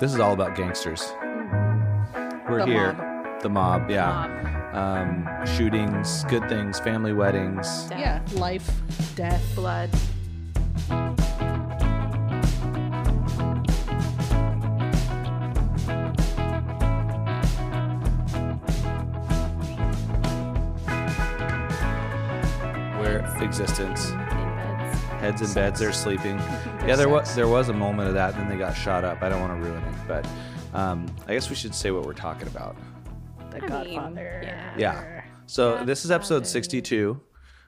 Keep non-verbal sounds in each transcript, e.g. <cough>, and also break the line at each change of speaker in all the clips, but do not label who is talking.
This is all about gangsters. We're
The
here. The mob, yeah.
Um,
Um, shootings, good things, family weddings.
death,
Yeah. Life, death.
blood.
Where existence.
in beds.
Heads in beds, they're <laughs> sleeping. yeah, there was there was a moment of that, and then they got shot up. I don't want to ruin it, but um, I guess we should say what we're talking about.
The
mean,
Godfather.
yeah.
Yeah. So this is episode sixty-two.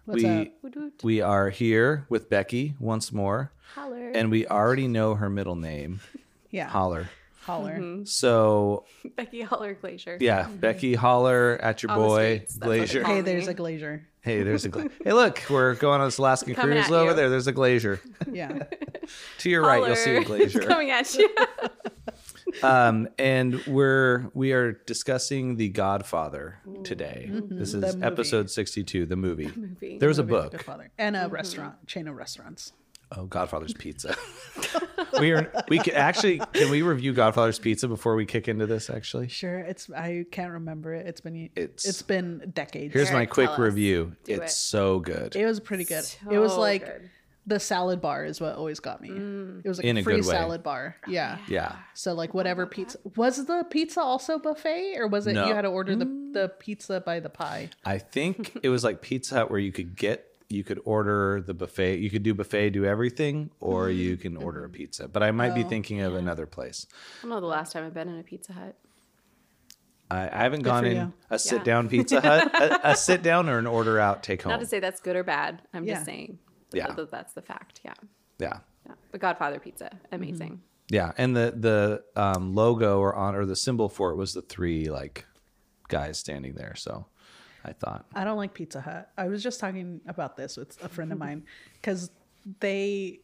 What's
we
up?
Woot woot.
we are here with Becky once more,
Holler.
and we already know her middle name, <laughs>
Yeah.
Holler.
Holler.
Mm-hmm.
So
<laughs> Becky Holler Glacier.
yeah, Becky Holler at your
Mm-hmm. On the
boy
streets, that's what they
Glacier.
call
Hey,
me.
there's a glazier.
Hey, there's a gla- hey. Look, we're going on this Alaskan
Coming
cruise
at
over
you.
there. There's a
<laughs>
glacier. <laughs>
Yeah.
to your right, you'll see a
Holler. <laughs> It's
glacier.
coming
<laughs>
at you.
um, and we're we are discussing The Godfather today.
Mm-hmm.
This is
The movie.
episode sixty-two, the movie.
movie.
There was a
The
book.
Godfather. And a
Mm-hmm.
restaurant, chain of restaurants.
Oh, Godfather's
<laughs>
Pizza. we are we can, actually can we review Godfather's Pizza before we kick into this? Actually,
Sure. It's I can't remember it. It's been
It's-
it's been decades.
here's
Eric,
my quick
tell us.
review.
Do
It's
it.
so good.
it was pretty good. it was
So
like
good. Mm.
the salad bar is what always got me. It was like
In a
a free
good way.
salad bar.
Oh,
Yeah.
yeah,
So like whatever pizza was the pizza also buffet or was it
No.
you had to order the,
Mm.
the pizza by the pie?
I think it was like Pizza Hut where you could get. You could order the buffet. You could do buffet, do everything, or
Mm-hmm.
you can order a pizza. But I might
Oh,
be thinking of another place.
I don't know the last time I've been in a Pizza Hut.
I, I haven't gone
for
in
you.
a sit down Pizza Hut, a, a sit down or an order out take home.
Not to say that's good or bad. I'm
Yeah.
just saying
Yeah.
that, that that's the fact. Yeah.
yeah,
yeah. But Godfather Pizza,
Mm-hmm.
amazing.
yeah, and the the um, logo or on or the symbol for it was the three like guys standing there. So I thought
I don't like Pizza Hut. I was just talking about this with a friend of mine because they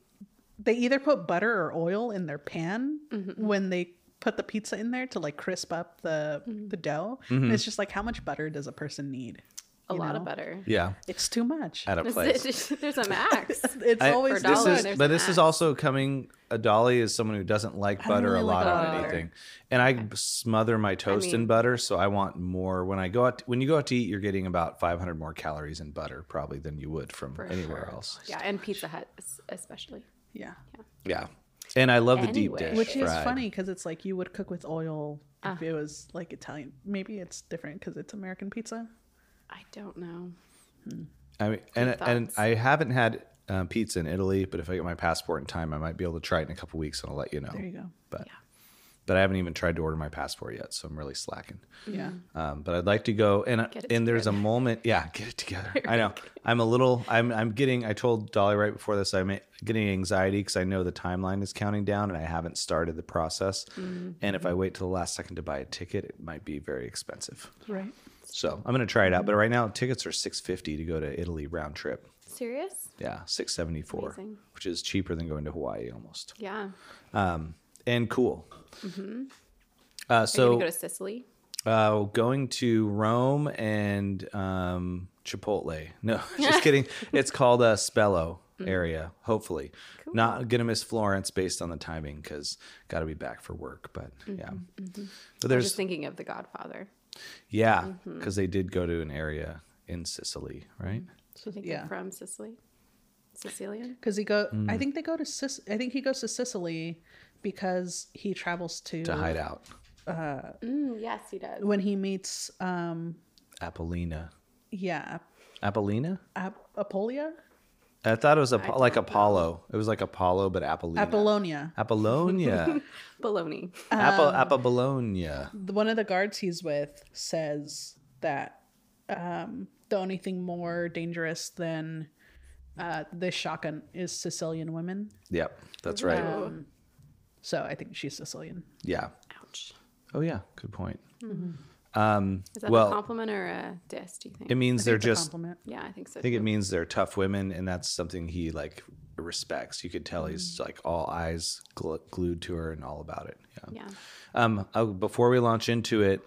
they either put butter or oil in their pan when they put the pizza in there to like crisp up the the dough.
Mm-hmm.
And it's just like how much butter does a person need?
A
You
lot
know?
of butter.
yeah,
It's too much.
at a place.
<laughs> There's a max.
It's
I-
always
For
too
this
dollar,
much.
is,
there's
but
an
this is
ad.
also coming. A dolly is someone who doesn't like
don't
butter a
really
lot
like
on
butter.
anything, and I smother my toast in
mean-
butter, so I want more. When I go out, when you go out to eat, you're getting about 500 more calories in butter probably than you would from <laughs> anywhere
sure.
else.
yeah, and Pizza Hut es- especially.
yeah.
Yeah. And I love the deep
Anyway.
dish.
Which is
fried.
funny because it's like you would cook with oil if it was like Italian. Maybe it's different because it's American pizza.
I don't know.
I mean, and and
thoughts.
I haven't had um, pizza in Italy, but if I get my passport in time, I might be able to try it in a couple weeks, and I'll let you know.
There you go.
But but I haven't even tried to order my passport yet, so I'm really slacking.
Yeah.
Um, but I'd like to go and and
Get it
there's a moment, yeah, get it
<laughs>
together. I know I'm a little, I'm I'm getting. I told Dolly right before this, I'm getting anxiety because I know the timeline is counting down, and I haven't started the process.
Mm-hmm.
And if I wait till the last second to buy a ticket, it might be very expensive.
Right.
So I'm gonna try it out.
Mm-hmm.
But right now, tickets are six fifty to go to Italy round trip.
Serious?
Yeah, six seventy four,
Amazing.
which is cheaper than going to Hawaii almost,
Yeah.
and cool. Uh,
Mm-hmm. Are you
so
gonna go to Sicily?
uh, going to Rome and um, Chipotle. <laughs> No, just kidding. It's called uh, Spello area. Hopefully, not gonna miss Florence based on the timing because got to be back for work. But yeah, but
I'm
there's
just thinking of The Godfather.
yeah because they did go to an area in Sicily, right?
Do you think
Yeah.
they're from Sicily? Sicilian?
because he go. I think they go to Sic- I think he goes to Sicily because he travels to,
To hide out,
Mm, yes, he does.
when he meets um
Apollina.
yeah
Apollina?
Ap- Apolia
I thought it was Apo- like Apollo. It was like Apollo, but Apollina.
Apollonia.
Apollonia.
Baloney.
Apple, Apple Bologna.
The- One of the guards he's with says that um the only thing more dangerous than uh this shotgun is Sicilian women.
Yep, that's right.
Um,
So I think she's Sicilian.
yeah.
Ouch.
Oh, yeah. Good point.
Is that
Well-
a compliment or a diss, do you think?
It means they're
It's a
just, I
compliment.
yeah, I think so.
think
too.
it means they're tough women, and that's something he like respects. You could tell he's like all eyes gl- glued to her and all about it. Yeah.
yeah.
Um, oh, before we launch into it,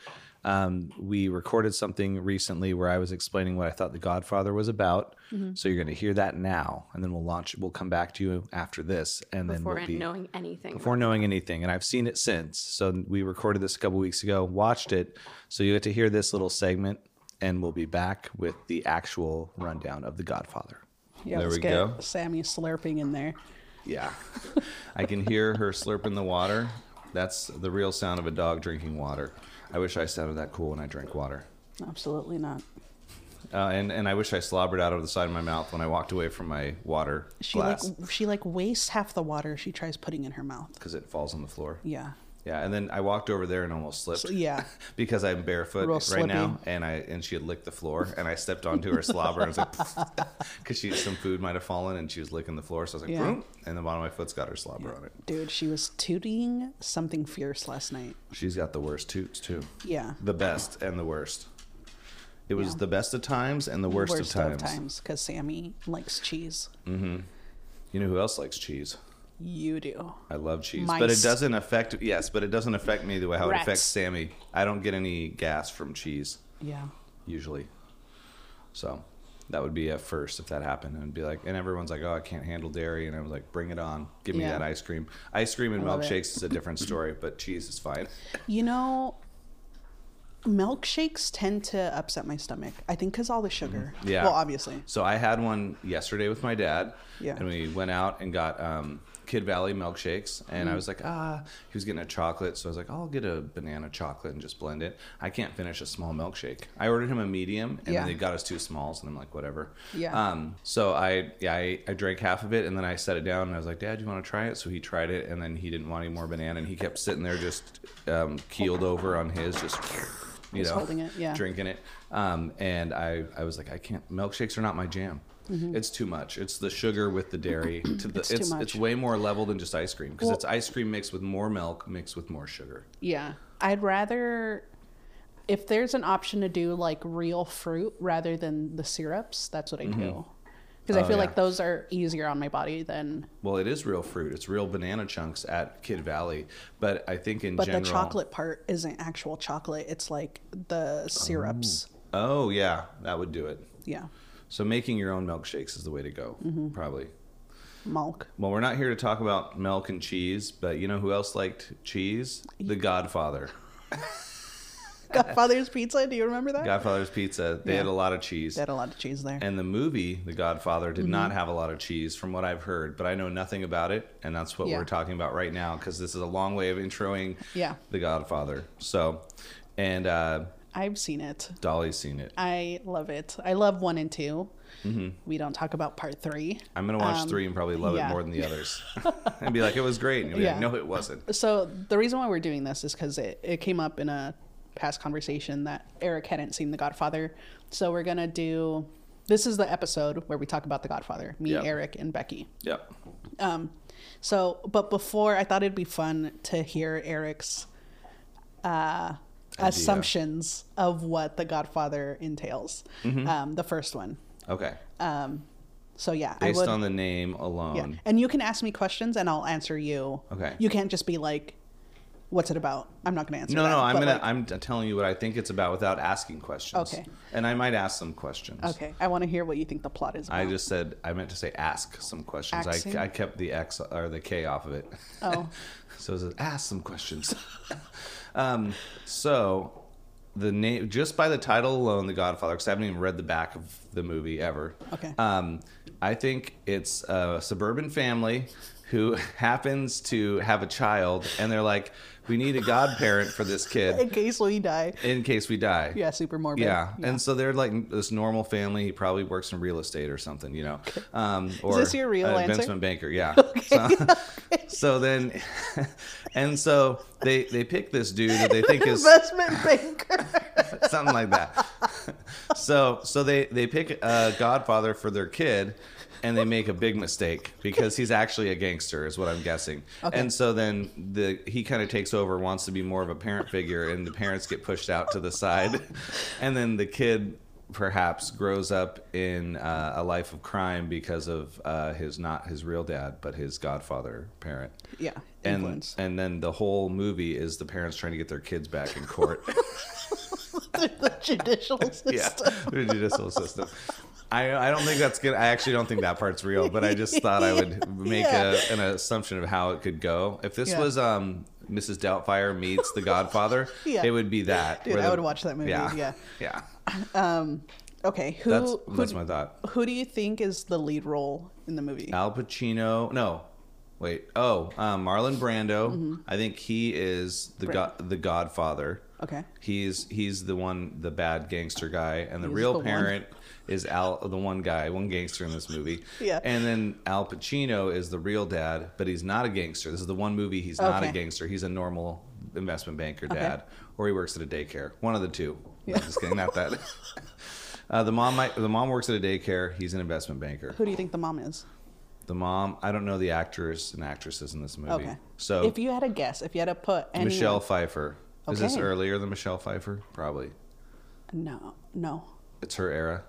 Um, we recorded something recently where I was explaining what I thought The Godfather was about. So you're going to hear that now, and then we'll launch. We'll come back to you after this, and then
before
we'll be
knowing anything.
before knowing anything. And I've seen it since. So we recorded this a couple weeks ago, watched it. So you get to hear this little segment, and we'll be back with the actual rundown of The Godfather.
Yeah,
There
let's
we
get
go.
Sammy slurping in there. <laughs>
Yeah. I can hear her slurping the water. That's the real sound of a dog drinking water. I wish I sounded that cool when I drank water.
Absolutely not.
Uh, and, and I wish I slobbered out of the side of my mouth when I walked away from my water
She
glass
like she like wastes half the water she tries putting in her mouth.
because it falls on the floor.
Yeah.
Yeah, and then I walked over there and almost slipped.
So, yeah.
because I'm barefoot
Real
right
slippy.
now, and I and she had licked the
<laughs>
floor, and I stepped onto her slobber, and I was like, <laughs> because she some food might have fallen, and she was licking the floor, so I was like,
Yeah.
"Vroom," and the bottom of my foot's got her slobber on it.
Dude, she was tooting something fierce last night.
She's got the worst toots too.
Yeah.
the best and the worst. It was the best of times and the worst, of, times.
because Sammy likes cheese.
You know who else likes cheese?
You do.
I love cheese, but it
Mice.
doesn't affect. Yes, but it doesn't affect me the way how
Rats.
it affects Sammy. I don't get any gas from cheese
Yeah.
usually, so that would be a first if that happened. And it'd be like, and everyone's like, "Oh, I can't handle dairy," and I was like, "Bring it on! Give me
Yeah.
that ice cream. Ice cream and
love it.
milkshakes is a different story, but cheese is fine."
You know, milkshakes tend to upset my stomach. I think because all the sugar.
Mm-hmm. Yeah.
Well, obviously.
So I had one yesterday with my dad.
Yeah.
And we went out and got um, Kid Valley milkshakes. And
Mm-hmm.
I was like, ah, he was getting a chocolate. So I was like, I'll get a banana chocolate and just blend it. I can't finish a small milkshake. I ordered him a medium and
Yeah.
then they got us two smalls. And I'm like, whatever.
Yeah.
Um, so I, yeah, I, I drank half of it and then I set it down and I was like, Dad, you want to try it? So he tried it and then he didn't want any more banana. And he kept sitting there just um, keeled over on his, just. You
Just
know,
holding it, yeah.
drinking drinking it. Um, and I, I was like, I can't. Milkshakes are not my jam. It's too much. It's the sugar with the
<clears throat>
dairy. To the, it's,
Mm-hmm. too
it's,
much.
way more level than just ice cream because
Well-
it's ice cream mixed with more milk mixed with more sugar.
Yeah. I'd rather, if there's an option to do like real fruit rather than the syrups, that's what I do. Because I
Mm-hmm. Oh,
feel
yeah.
like those are easier on my body than,
Well, it is real fruit. It's real banana chunks at Kid Valley, but I think in
but
general,
the chocolate part isn't actual chocolate. It's like the syrups.
Oh yeah, that would do it.
Yeah.
So making your own milkshakes is the way to go,
Mm-hmm.
probably.
Milk.
Well, we're not here to talk about milk and cheese, but you know who else liked cheese? The
<laughs>
Godfather.
Godfather's Pizza. Do you remember that?
Godfather's Pizza. They
Yeah.
had a lot of cheese.
They had a lot of cheese there.
And the movie, The Godfather, did not
Mm-hmm.
have a lot of cheese, from what I've heard, but I know nothing about it, and that's what
Yeah.
we're talking about right now because this is a long way of introing
Yeah.
The Godfather. So, and uh,
I've seen it.
Dolly's seen it.
I love it. I love one and 2 We don't talk about part three.
Mm-hmm. I'm gonna watch
Um,
three and probably love
yeah.
it more than the
<laughs>
others, and be like, it was great. And you'll be like,
Yeah.
no, it wasn't.
So the reason why we're doing this is because it, it came up in a past conversation that Eric hadn't seen The Godfather. So we're gonna do this is the episode where we talk about The Godfather. Me,
Yeah.
Eric, and Becky.
Yep.
Um, so but before I thought it'd be fun to hear Eric's uh,
Idea.
assumptions of what The Godfather entails.
Mm-hmm.
Um, the first one.
Okay.
So yeah,
Based
I would.
on the name alone.
Yeah. And you can ask me questions and I'll answer you.
Okay.
You can't just be like, what's it about? I'm not going to answer
No,
that.
no, I'm
but,
gonna.
like-
I'm t- telling you what I think it's about without asking questions.
Okay.
And I might ask some questions.
okay. I want to hear what you think the plot is about.
I just said I meant to say ask some questions.
Axing?
I, I kept the X or the K off of it. <laughs>
Oh.
so it says ask some questions. <laughs> um, so the name just by the title alone, The Godfather, because I haven't even read the back of the movie ever. <laughs>
Okay.
Um, I think it's a suburban family who <laughs> happens to have a child, and they're like, "We need a godparent for this
In <laughs>
kid
case we die.
in case we die."
Yeah, super morbid. <laughs>
Yeah. and so they're like this normal family. He probably works in real estate or something,
<laughs>
you know. Um, or
this your real
an
answer?
investment banker?
<laughs>
Yeah. So, so then, <laughs> and so they they pick this dude that they
<laughs>
think is <laughs>
Investment banker.
something like that. so so they they pick a Godfather for their kid, and they make a big mistake because he's actually a gangster, is what I'm guessing.
Okay.
And so then the he kind of takes over, wants to be more of a parent figure, and the parents get pushed out to the side, and then the kid perhaps grows up in uh, a life of crime because of uh, his not his real dad but his godfather parent
yeah.
and
Influence. <laughs>
and then the whole movie is the parents trying to get their kids back in court
the judicial
<laughs>
system. <laughs>
yeah, the judicial system. I, I don't think that's good. I actually don't think that part's real, but I just thought I
<laughs>
would make
Yeah.
a, an assumption of how it could go. If this
Yeah.
was um, Mrs. Doubtfire meets The Godfather,
<laughs> Yeah.
it would be that.
Dude,
where
I
the-
would watch that movie. Yeah.
yeah.
Okay. Who
That's
who,
that's my thought.
who do you think is the lead role in the movie?
Al Pacino. No, wait. Oh, um, Marlon Brando.
Mm-hmm.
I think he is the
Bra-
go- the Godfather.
Okay.
He's he's the one, the bad gangster guy, and the
He's
real
the one.
parent is Al, the one guy, one gangster in this movie.
<laughs> Yeah.
And then Al Pacino is the real dad, but he's not a gangster. This is the one movie he's not a
Okay.
gangster. He's a normal investment banker dad, or he works at a daycare. One of the two. No, just kidding. Not
<laughs>
that. Uh, the mom, might, the mom works at a daycare. He's an investment banker.
Who do you think the mom is?
The mom, I don't know the actors and actresses in this movie.
Okay.
So
if you had a guess, if you had to put anyone,
Michelle Pfeiffer. Is this
Okay.
earlier than Michelle Pfeiffer? Probably.
No, no.
It's her era.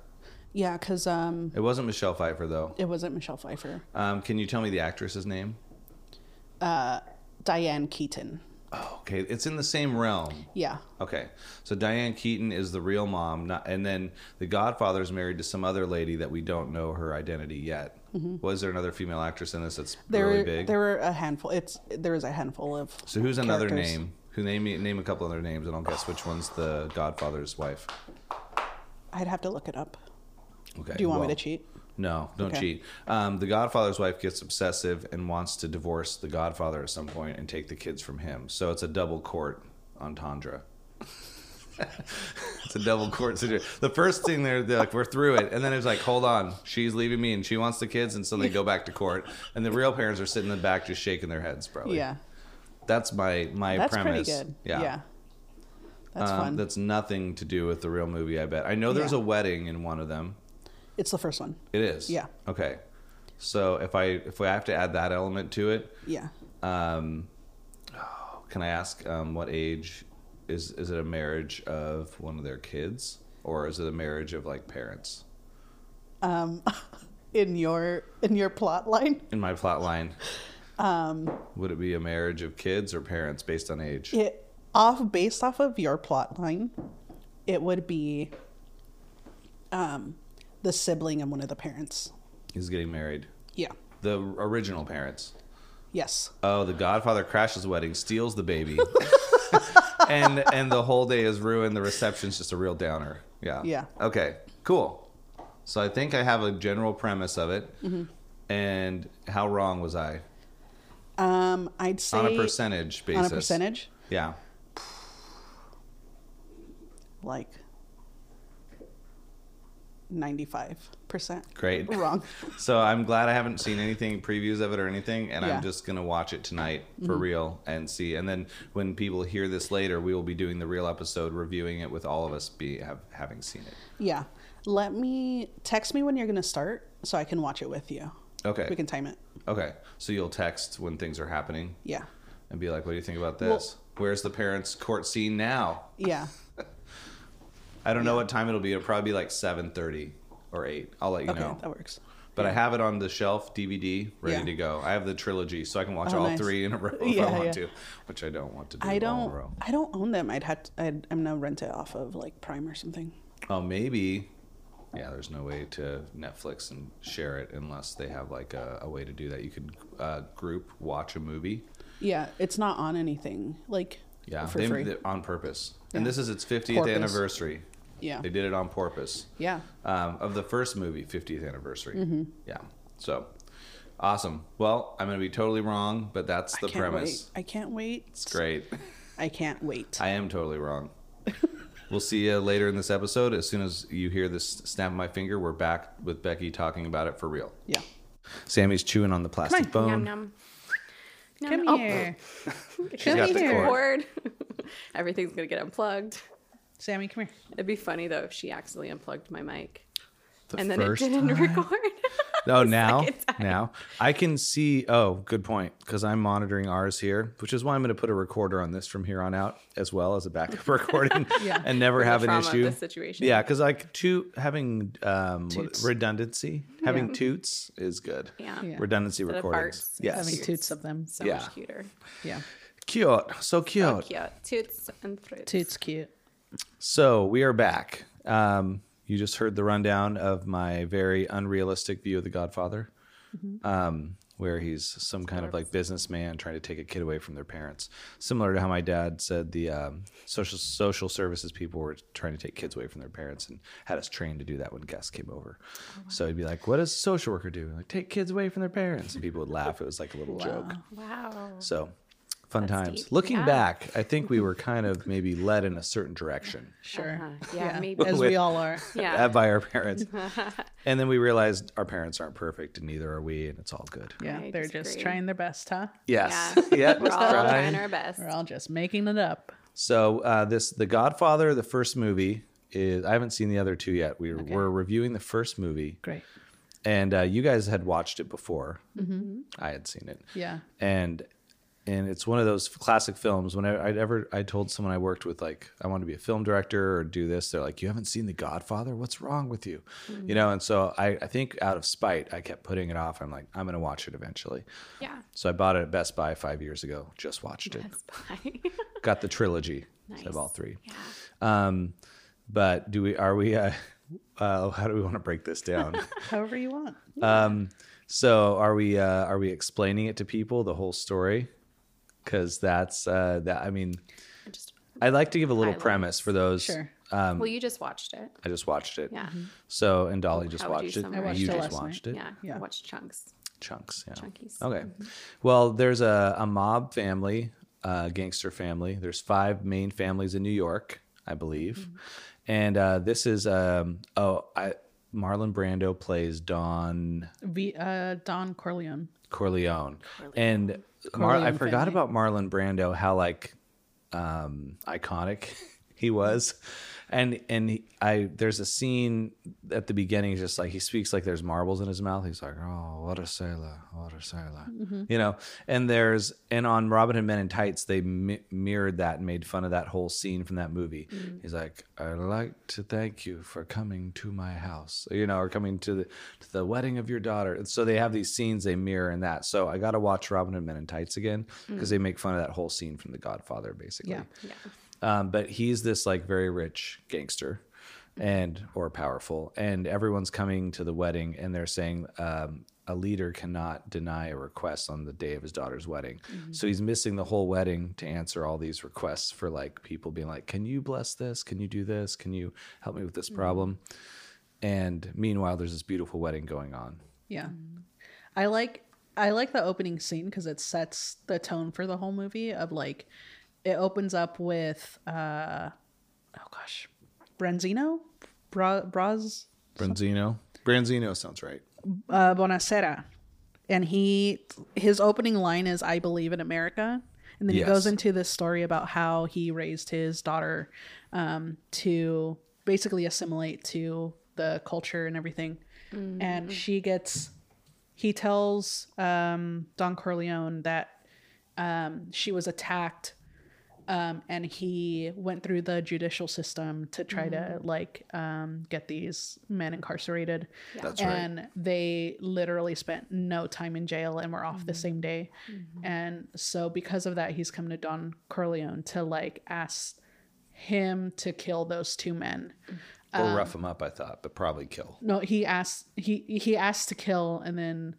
Yeah, because um,
It wasn't Michelle Pfeiffer though.
it wasn't Michelle Pfeiffer.
Um, can you tell me the actress's name?
Diane Keaton.
Oh, okay. It's in the same realm.
Yeah.
Okay. So Diane Keaton is the real mom, not, and then the Godfather is married to some other lady that we don't know her identity yet. Was there another female actress in this that's
Mm-hmm. There,
really
were,
big?
there were a handful. It's there is a handful of.
so who's another
characters.
name? Who name me name a couple other names and I'll guess which one's the Godfather's wife.
I'd have to look it up.
Okay.
Do you want me
Eh, well-
to cheat?
No, don't
Okay.
cheat. Um, the Godfather's wife gets obsessive and wants to divorce the Godfather at some point and take the kids from him. So it's a double court entendre. <laughs> it's a double court situation. The first thing they're, they're like, we're through it. And then it's like, hold on, she's leaving me and she wants the kids. And so they go back to court. And the real parents are sitting in the back just shaking their heads, probably.
Yeah,
That's my, my
that's
premise.
pretty good.
Yeah.
That's
Um,
fun.
that's nothing to do with the real movie, I bet. I know there's
Yeah.
a wedding in one of them.
It's the first one.
It is.
Yeah.
Okay. So if I if I have to add that element to it,
Yeah.
can I ask um, what age is is it a marriage of one of their kids or is it a marriage of like parents?
In your in your plot line,
In my plot line, um, would it be a marriage of kids or parents based on age?
it off based off of your plot line, it would be um the sibling and one of the parents.
He's getting married.
Yeah.
The original parents.
Yes.
Oh, the Godfather crashes the wedding, steals the
<laughs>
baby, and and the whole day is ruined. The reception's just a real downer. Yeah.
Yeah.
Okay. Cool. So I think I have a general premise of it.
Mm-hmm.
And how wrong was I
Um I'd say
on a percentage
on
basis?
a percentage,
Yeah.
like 95%
Great.
wrong.
<laughs> So I'm glad I haven't seen anything previews of it or anything, and
Yeah. Mm-hmm.
I'm just gonna watch it tonight for real and see. And then when people hear this later, we will be doing the real episode, reviewing it with all of us be have, having seen it.
Yeah. Let me text me when you're going to start so I can watch it with you.
Okay.
We can time it.
Okay, so you'll text when things are happening
Yeah.
and be like, "What do you think about this? Where's the parents' court scene now?"
Yeah.
I don't know what time it'll be. It'll probably be like seven thirty or eight. I'll let you
Okay,
know.
that works.
But I have it on the shelf, DVD, ready
Yeah.
to go. I have the trilogy, so I can watch
Oh,
all
nice.
three in
<laughs>
a row if
Yeah,
I want
yeah.
to, which I don't want to do.
I
All
don't
in a row.
I don't own them. I'd have to, I'd, I'm going to rent it off of like Prime or something.
Oh, maybe. Yeah, there's no way to Netflix and share it unless they have like a, a way to do that. You could uh, group watch a movie.
Yeah, it's not on anything like
Yeah,
for
they-
free.
they- on purpose. And
Yeah.
this is its 50th
Porpoise.
anniversary.
Yeah.
They did it on purpose.
yeah.
Um, of the first movie, 50th anniversary.
Mm-hmm.
Yeah. So awesome. Well, I'm going to be totally wrong, but that's the
I can't
premise.
Wait. I can't wait.
It's great.
I can't wait.
I am totally
<laughs>
wrong. we'll see you later in this episode. As soon as you hear this snap of my finger, we're back with Becky talking about it for real.
yeah.
Sammy's chewing on the plastic bone.
Yum yum. Nom,
Come
nom. <laughs>
here.
She's got
Come
the
here.
cord.
Cord. <laughs> Everything's gonna get unplugged.
Sammy, come here.
It'd be funny though if she accidentally unplugged my mic
The
and then it
first
didn't
<laughs>
record.
Oh, now,
second time.
now I can see. Oh, good point. Because I'm monitoring ours here, which is why I'm going to put a recorder on this from here on out, as well as a backup <laughs>
<laughs>
recording,
Yeah.
and never
the
have an
trauma of
issue.
this situation.
Yeah, because like two having um, what-
Toots.
redundancy, having toots is good.
Yeah. Yeah.
redundancy
Instead of
recordings.
farts,
Yes,
Having
Cute.
toots of them.
So
Yeah.
much cuter.
Yeah.
cute, so cute.
Cute. Toots and fruits.
Toots cute.
So we are back. Um, you just heard the rundown of my very unrealistic view of The Godfather,
Mm-hmm.
um, where he's some kind of like businessman trying to take a kid away from their parents, similar to how my dad said the um, social social services people were trying to take kids away from their parents and had us trained to do that when guests came over.
Oh,
So he'd be like, "What does a social worker do? Like take kids away from their parents?" And people would laugh. It was like a little joke.
Wow.
So fun times.
deep.
Looking
Yeah.
back, I think
<laughs>
we were kind of maybe led in a certain direction
Sure.
Uh-huh. Yeah, maybe.
As we all are.
Yeah.
<laughs> by our
<laughs>
parents. and then we realized our parents aren't perfect and neither are we and it's all good.
Yeah,
I
they're just
disagree.
trying their best, huh?
Yes.
Yeah.
<laughs> Yeah.
We're
just
all
try.
trying our best.
We're all just making it up.
So uh, this The Godfather, the first movie is I haven't seen the other two yet. We were reviewing the first movie
Great.
and uh, you guys had watched it before. I had seen it.
Yeah.
and and it's one of those classic films. Whenever I'd ever I told someone I worked with like I want to be a film director or do this, they're like, "You haven't seen The Godfather? What's wrong with you?"
Mm-hmm.
You know. And so I I think out of spite, I kept putting it off. I'm like, I'm gonna watch it eventually.
Yeah.
So I bought it at Best Buy five years ago. Just watched it.
Best Buy.
Got the
<laughs>
trilogy
Nice.
of all three.
yeah.
Um, but do we are we uh, <laughs> uh how do we want to break this
<laughs>
down?
However
<laughs>
you want.
Um, so are we uh, are we explaining it to people the whole story? Because that's uh, that. I mean,
<laughs> I Just,
I'd like to give a little
Highlights.
premise for those.
Sure.
Um,
well, you just watched it.
I just watched it.
Yeah.
So and Dolly just
How would you
watched it.
summarize I watched
you
it
just
last night.
watched it.
Yeah.
Yeah.
Watch chunks.
Chunks. Yeah.
Chunkies. Mm-hmm.
Okay. Well, there's a, a mob family, a gangster family. There's five main families in New York, I believe.
Mm-hmm.
And uh, this is um, oh, I, Marlon Brando plays Don.
V, uh, Don Corleone.
Corleone. And Mar- I
Corleone
forgot
family.
about Marlon Brando, how like um, iconic <laughs> he was. And and he- I there's a scene at the beginning, he's just like he speaks like there's marbles in his mouth. He's like, oh, what a sailor, what a sailor,
Mm-hmm.
you know. And there's and on Robin Hood Men in Tights, they mi- mirrored that and made fun of that whole scene from that movie. He's like, I'd like to thank you for coming to my house, you know, or coming to the to the wedding of your daughter. And so they have these scenes they mirror in that. So I got to watch Robin Hood Men in Tights again because they make fun of that whole scene from The Godfather, basically.
Yeah.
Yeah.
Um, but he's this like very rich gangster and or powerful and everyone's coming to the wedding and they're saying um, a leader cannot deny a request on the day of his daughter's wedding so he's missing the whole wedding to answer all these requests for like people being like can you bless this can you do this can you help me with this problem and meanwhile there's this beautiful wedding going on
Yeah. I like I like the opening scene because it sets the tone for the whole movie of like it opens up with uh oh gosh. Branzino? Bra Braz
branzino branzino sounds right
uh, Bonacera. And he his opening line is I believe in America. And then
Yes.
he goes into this story about how he raised his daughter um, to basically assimilate to the culture and everything.
Mm,
And she gets he tells um, Don Corleone that um, she was attacked um, and he went through the judicial system to try to like um, get these men incarcerated
that's right
and they literally spent no time in jail and were off the same day. And so because of that, he's come to Don Corleone to like ask him to kill those two men.
or rough him up i thought but probably kill
No, he asked he he asked to kill and then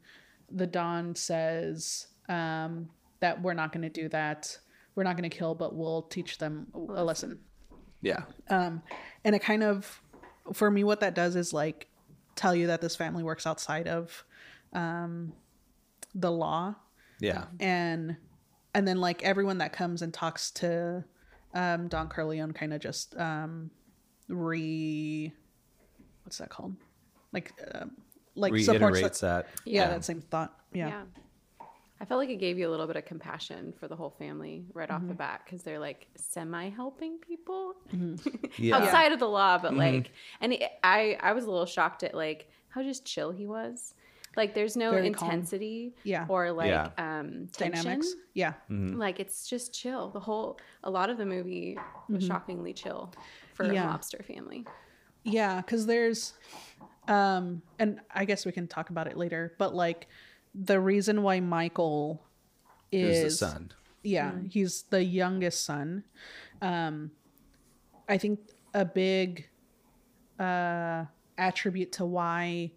the Don says um that we're not going to do that. We're not going to kill, but we'll teach them a a lesson
yeah
and it kind of for me what that does is like tell you that this family works outside of um the law
yeah
and and then like everyone that comes and talks to um don corleone kind of just um re what's that called like um like supports
reiterates
that,
that
yeah, that same thought yeah,
Yeah. I felt like it gave you a little bit of compassion for the whole family right off the
Mm-hmm.
bat because they're like semi helping people
yeah. Mm-hmm.
outside of the law, but like, and it, I I was a little shocked at like how just chill he was. Like, there's no
Very calm.
intensity,
Yeah.
or like
Yeah.
um tension.
dynamics yeah
Hmm.
Like, it's just chill. The whole a lot of the movie was shockingly chill for
Yeah.
a mobster family.
Yeah, because there's, um, and I guess we can talk about it later. But like, the reason why Michael
Who's
is <laughs>
the son?
Mm.
yeah, he's the youngest son. Um, I think a big uh, attribute to why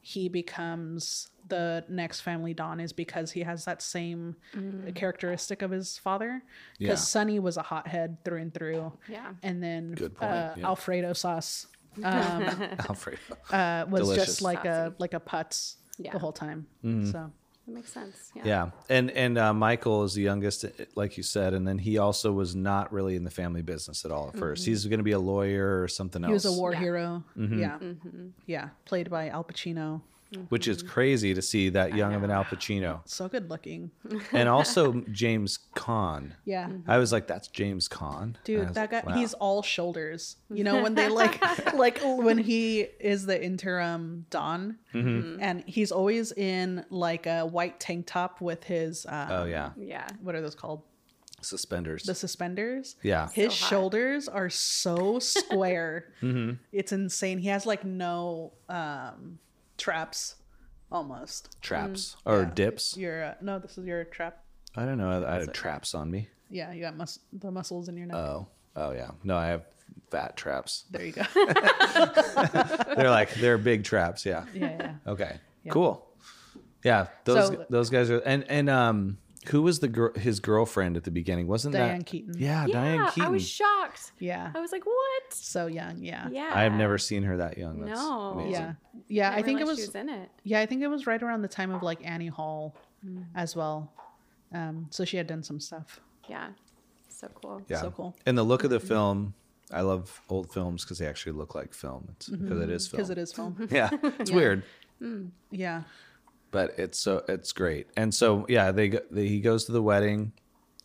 he becomes the next family Don is because he has that same
Mm.
characteristic of his father. Because
Yeah.
Sonny was a hothead through and through.
Yeah.
And then
Good point,
uh,
yeah.
Alfredo sauce um,
Alfredo.
uh, was
Delicious. Mm-hmm.
just like a
Saucy.
like a putz
Yeah.
the whole time. So
That makes sense. Yeah.
Yeah, and and uh, Michael is the youngest, like you said, and then he also was not really in the family business at all at 1st He's going to be a lawyer or something
Mm-hmm. he
else,
was a war
Yeah. Mm-hmm.
hero.
Mm-hmm.
Yeah, yeah, played by Al Pacino.
which is crazy to see that young of an Al
<laughs>
Pacino,
So good looking.
and also James Caan.
Yeah.
I was like, that's James Caan, I
Dude,
was
that guy,
like, wow.
he's all shoulders. You know, when they <laughs> like, like when he is the interim Don,
Mm-hmm.
and he's always in like a white tank top with his, um,
oh yeah,
Yeah.
what are those called?
suspenders.
The suspenders.
yeah,
His
hot.
shoulders are
<laughs>
so square.
Mm-hmm.
It's insane. He has like no um, traps almost.
traps
mm,
or dips.
Your, uh, no, this is your trap.
I don't know. I, I had traps on me.
Yeah, you got mus- the muscles in your neck.
Oh, oh yeah. No, I have fat traps.
there you go.
they're like they're big traps. Yeah.
yeah, yeah.
Okay. Cool. Yeah, those
So-
those guys are and and um who was the girl his girlfriend at the beginning? Wasn't
<laughs> Diane
that
Keaton.
Yeah, Diane
Yeah,
Keaton.
I was shocked.
Yeah.
I was like, what?
So young, yeah.
Yeah.
I have never seen her that young. That's
No.
amazing.
Yeah. Yeah, I,
didn't
think it
realize
was,
she was in it.
yeah, I think it was right around the time of like Annie Hall as well. Um so she had done some stuff.
Yeah. So cool.
Yeah.
So cool.
And the look of the
Mm-hmm.
film, I love old films because they actually look like film. It's because it is film.
Because Mm-hmm. it is <laughs> film.
<laughs> Yeah,
<laughs>
it's weird,
yeah.
but it's so it's great. And so yeah, they, go- they he goes to the wedding,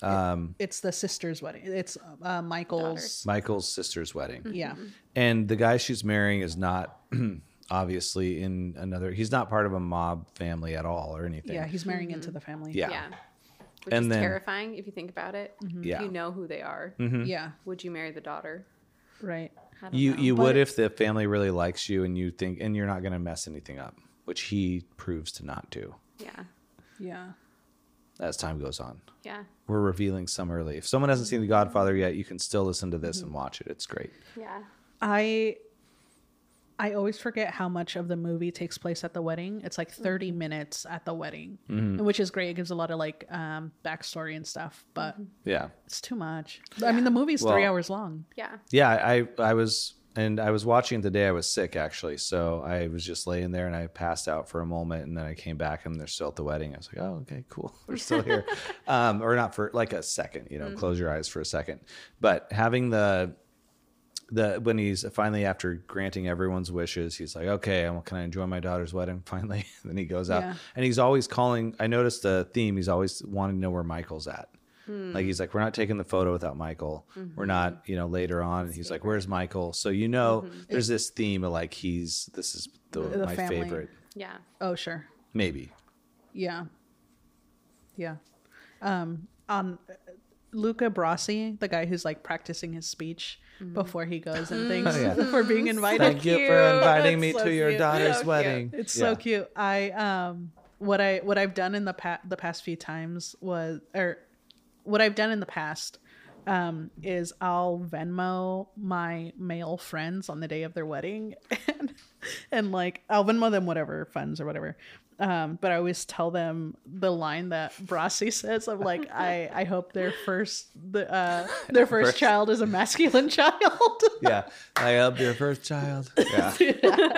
It's the sister's wedding. It's uh Michael's
Michael's sister's
Mm-hmm.
wedding.
yeah.
and the guy she's marrying is not <clears throat> obviously in another he's not part of a mob family at all or anything
Yeah, he's marrying into the family.
yeah,
Yeah. Which
And
is
then-
terrifying if you think about it. If
Yeah.
You know who they are.
Yeah.
Would you marry the daughter?
Right.
I don't
you
know.
you
But-
would if the family really likes you and you think and you're not going to mess anything up which he proves to not do
Yeah.
Yeah.
as time goes on
Yeah.
we're revealing some early if someone hasn't seen the godfather yet you can still listen to this and watch it it's great
Yeah.
I I always forget how much of the movie takes place at the wedding. It's like 30 minutes at the wedding, which is great. It gives a lot of like um backstory and stuff, but
yeah
It's too much. I mean, the movie's three
Well-
hours long.
Yeah.
yeah i i was and i was watching it the day i was sick actually so i was just laying there and i passed out for a moment and then i came back and they're still at the wedding i was like oh okay cool <laughs> they're still here um or not for like a second you know close your eyes for a second but having the the when he's finally after granting everyone's wishes, he's like, "Okay, I'm, can I enjoy my daughter's wedding <laughs> finally?" then he goes out,
Yeah.
and he's always calling. I noticed the theme. He's always wanting to know where Michael's at.
Hmm.
Like he's like, "We're not taking the photo without Michael.
Mm-hmm.
We're not, you know." Later on, and he's like, "Where's Michael?" So you know, there's this theme of like he's this is the,
Mm-hmm. The
my
family.
favorite,
Yeah.
Oh, sure.
maybe.
Yeah. Yeah. Um, on Luca Brasi, the guy who's like practicing his speech before he goes and things
Oh,
<laughs>
yeah.
for being invited.
Thank you for
cute.
inviting me
so
to your
cute.
daughter's
So cute.
wedding.
It's
Yeah.
so cute. I um what I what I've done in the pa- the past few times was or what I've done in the past um is I'll Venmo my male friends on the day of their wedding <laughs> and and like I'll Venmo them whatever funds or whatever. Um, but I always tell them the line that Brasi <laughs> says of like I, I hope their first the
<laughs>
uh their first,
First.
child is a masculine <laughs> child.
Yeah, I have your first
<laughs>
child. Yeah.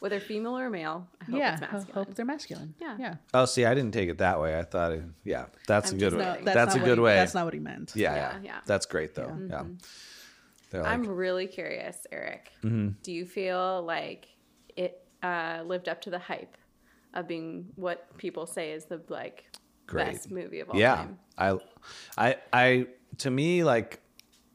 Whether female or male, I hope
yeah,
it's
ho-
masculine.
hope they're masculine.
Yeah.
yeah.
Oh, see, I didn't take it that way. I thought, it- yeah, that's
I'm
a good
just
way.
not-
That's,
that's
not
a
what
good
he-
way.
That's not what he meant.
yeah, yeah,
Yeah, yeah. Mm-hmm.
That's great though. Yeah. They're like, Mm-hmm.
I'm really curious, Eric. Do you feel like it uh, lived up to the hype of being what people say is the like
Great.
best movie of all
yeah.
time?
I, I, I. To me, like,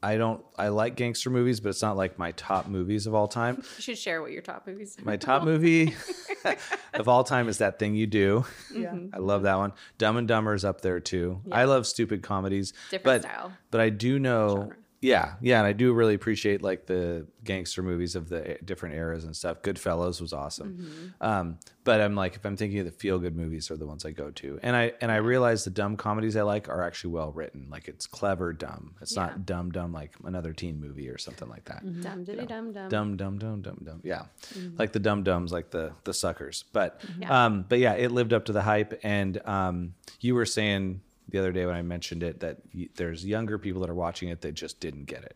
I don't. I like gangster movies, but it's not like my top movies of all time.
You should share what your top movies. Are.
My top movie
<laughs>
<laughs> of all time is that thing you do.
Yeah.
Mm-hmm.
I love that one. Dumb and Dumber is up there too. I love stupid comedies.
Different
but,
style.
But I do know. Yeah, yeah, and I do really appreciate like the gangster movies of the e, different eras and stuff. Goodfellas was
Mm-hmm.
awesome, um, but I'm like, if I'm thinking of the feel good movies, are the ones I go to, and I and I realize the dumb comedies I like are actually well written. Like it's clever dumb. It's
Yeah. Mm-hmm.
not dumb dumb like another teen movie or something like that.
Dum diddy dum dum.
Dumb dumb dumb dumb dumb. Yeah, like the dumb dumbs, like the the suckers. But
Yeah.
um, but yeah, it lived up to the hype. And um, you were saying the other day when I mentioned it that y- there's younger people that are watching it that just didn't get it.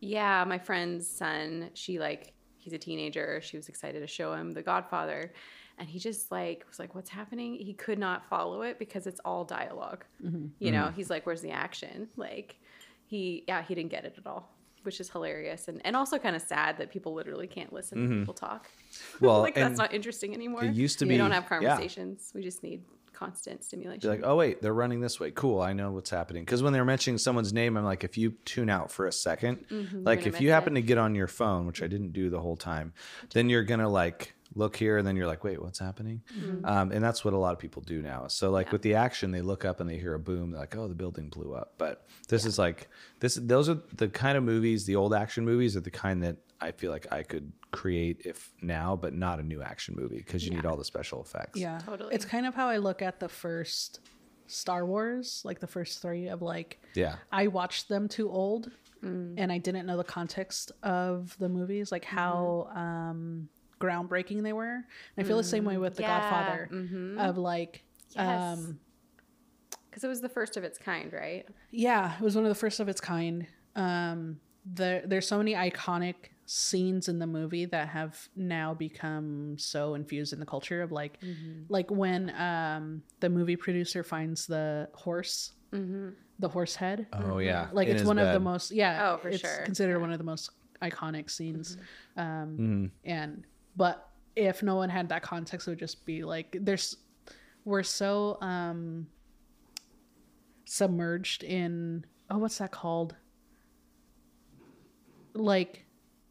Yeah, my friend's son, she like he's a teenager. She was excited to show him The Godfather, and he just like was like, "What's happening?" He could not follow it because it's all dialog
Mm-hmm.
You know, he's like, "Where's the action?" Like he yeah, he didn't get it at all, which is hilarious and and also kind of sad that people literally can't listen to people talk.
Mm-hmm.
<laughs>
Well,
like
and
that's not interesting anymore.
it used to
we don't
be-
have
yeah.
conversations. We just need constant stimulation.
Be like, oh wait, they're running this way. Cool, I know what's happening. Because when they're mentioning someone's name, I'm like, if you tune out for a 2nd like
Mm-hmm, gonna
if you
miss
happen
it.
to get on your phone, which I didn't do the whole time, then you're gonna like look here, and then you're like, wait, what's happening?
Mm-hmm.
Um, and that's what a lot of people do now. So like with the action, they look up and they hear a boom. They're like, oh, the building blew up. But this is like this. Those are the kind of movies. The old action movies are the kind that I feel like I could create if now, but not a new action movie because you need all the special effects.
Yeah.
Totally.
It's kind of how I look at the first Star Wars, like the first three of like
Yeah.
I watched them too old
Mm.
and I didn't know the context of the movies, like how
Mm-hmm.
um groundbreaking they were. And I feel the same way with The
Mm. Yeah. Mm-hmm.
Godfather of like
Yes.
um
Because it was the first of its kind, right?
yeah, it was one of the first of its kind. Um, there, there's so many iconic scenes in the movie that have now become so infused in the culture of like, like when um the movie producer finds the horse, the horse head.
Mm-hmm.
Oh yeah.
Like
In
it's
his
one of the
bed.
most yeah.
Oh, for
it's
sure. Mm-hmm.
Considered one of the most iconic scenes. Um, and but if no one had that context, it would just be like there's we're so um submerged in oh what's that called like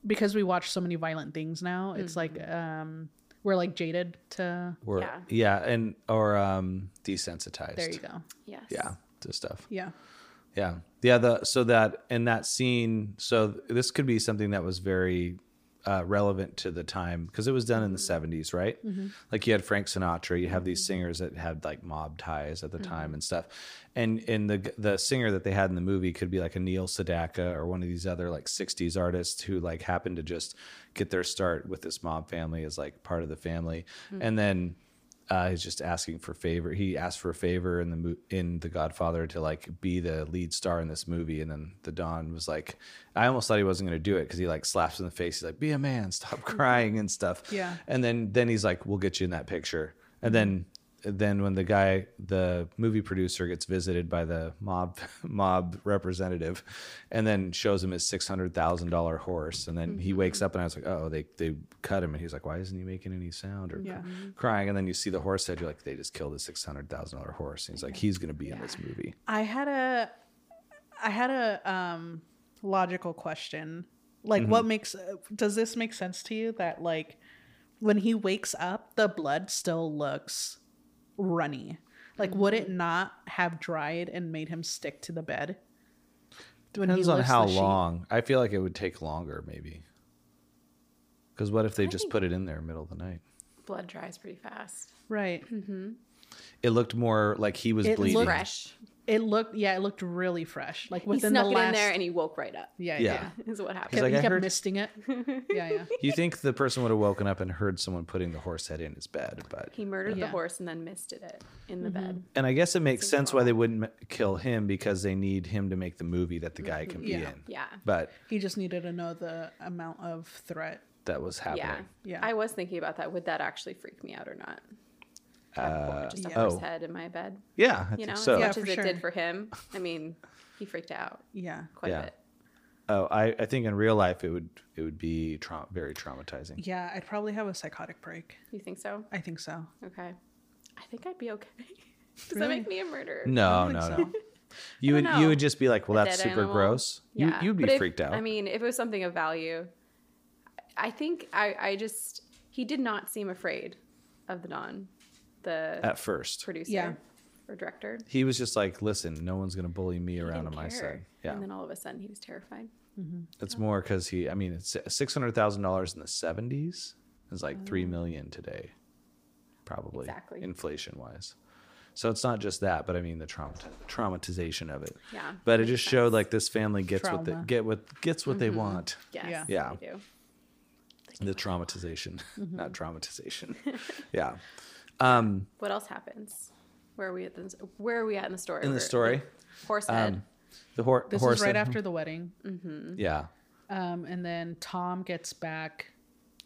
because we watch so many violent things now
Mm-hmm.
it's like um we're like jaded to
Or yeah,
Yeah.
and or um desensitized.
there you go
Yes.
Yeah, to stuff.
yeah
Yeah. Yeah, the so that in that scene, so th- this could be something that was very uh, relevant to the time because it was done in
Mm-hmm.
the 70s, right? Like you had Frank Sinatra, you have these singers that had like mob ties at the
Mm-hmm.
time and stuff. And and the the singer that they had in the movie could be like a Neil Sedaka or one of these other like 60s artists who like happened to just get their start with this mob family as like part of the family.
Mm-hmm.
And then uh, he's just asking for favor. He asked for a favor in the mo- in The Godfather to like be the lead star in this movie, and then the Don was like, I almost thought he wasn't going to do it because he like slaps in the face. He's like, "Be a man, stop <laughs> crying and stuff."
Yeah.
And then then he's like, "We'll get you in that picture." And then then when the guy, the movie producer, gets visited by the mob <laughs> mob representative, and then shows him his six hundred thousand dollar horse, and then he wakes
Mm-hmm.
up, and I was like, "Oh, they they cut him," and he's like, "Why isn't he making any sound?" Or
Yeah.
crying, and then you see the horse head. You're like, they just killed a six hundred thousand dollar horse. And he's like, he's gonna be in this movie.
I had a I had a um logical question. Like
Mm-hmm.
what makes does this make sense to you that like when he wakes up the blood still looks runny? Like would it
Mm.
not have dried and made him stick to the bed? When he
Depends on
lifts
how
the sheet?
long. I feel like it would take longer, maybe. Because what if they just put it in there middle of the night?
Blood dries pretty fast.
Right.
Mm-hmm.
It looked more like he was
It
bleeding.
looked-
Fresh. <laughs>
It looked yeah, it looked really fresh. Like
He
within
snuck
the
it
last
in there and he woke right up.
yeah,
Yeah.
<laughs>
yeah.
Is what
He's
happened.
like,
he
I
kept
heard-
<laughs>
misting it. Yeah, yeah.
you think the person would have woken up and heard someone putting the horse head in his bed, but
he murdered
Yeah.
the horse and then misted it in the bed.
and I guess it makes sense why they wouldn't m- kill him because they need him to make the movie that the guy can be
Yeah.
in.
Mm-hmm. Yeah.
But
He just needed to know the amount of threat.
that was happening.
Yeah.
Yeah.
I was thinking about that. Would that actually freak me out or not? Have a hor- just a
yeah.
horse
Oh.
head in my bed.
Yeah, I
You
think
know,
so.
as much
Yeah,
as
for
it did
sure.
for him.
<laughs>
I mean, he freaked out
Yeah.
quite
Yeah.
a bit.
Oh, I, I think in real life it would it would be trau- very traumatizing.
Yeah, I'd probably have a psychotic break.
You think so?
I think so.
Okay. I think I'd be okay. <laughs> Does that
Really?
make me a murderer?
No,
I
no,
don't
no.
<laughs>
think so.
You would
don't
you
know.
would just be like, well,
A
that's
dead
super
animal.
gross.
Yeah.
You, you'd be
But if-
freaked out.
I mean, if it was something of value, I think I, I just he did not seem afraid of the Don, the
at first.
producer.
Yeah.
or director.
He was just like, listen, no one's gonna bully me around on
Didn't
my
care.
side. Yeah,
And then all of a sudden he was terrified.
it's more because he. I mean, it's six hundred thousand dollars in the seventies is like three
Oh.
million today, probably
Exactly.
inflation wise. So it's not just that, but I mean the trauma traumatization of it.
Yeah,
But it just showed like this family gets what they
Trauma. Mm-hmm.
get what gets what they want.
Yes,
Yeah.
Yeah.
they do.
The traumatization, <laughs> not
Mm-hmm.
traumatization.
<laughs>
yeah. Um,
What else happens? Where are we at? The, where are we at in the story?
In the
We're-
story?
horse head.
Um, The hor-
This
horse.
is right
and-
after the wedding.
Yeah.
Um, and then Tom gets back.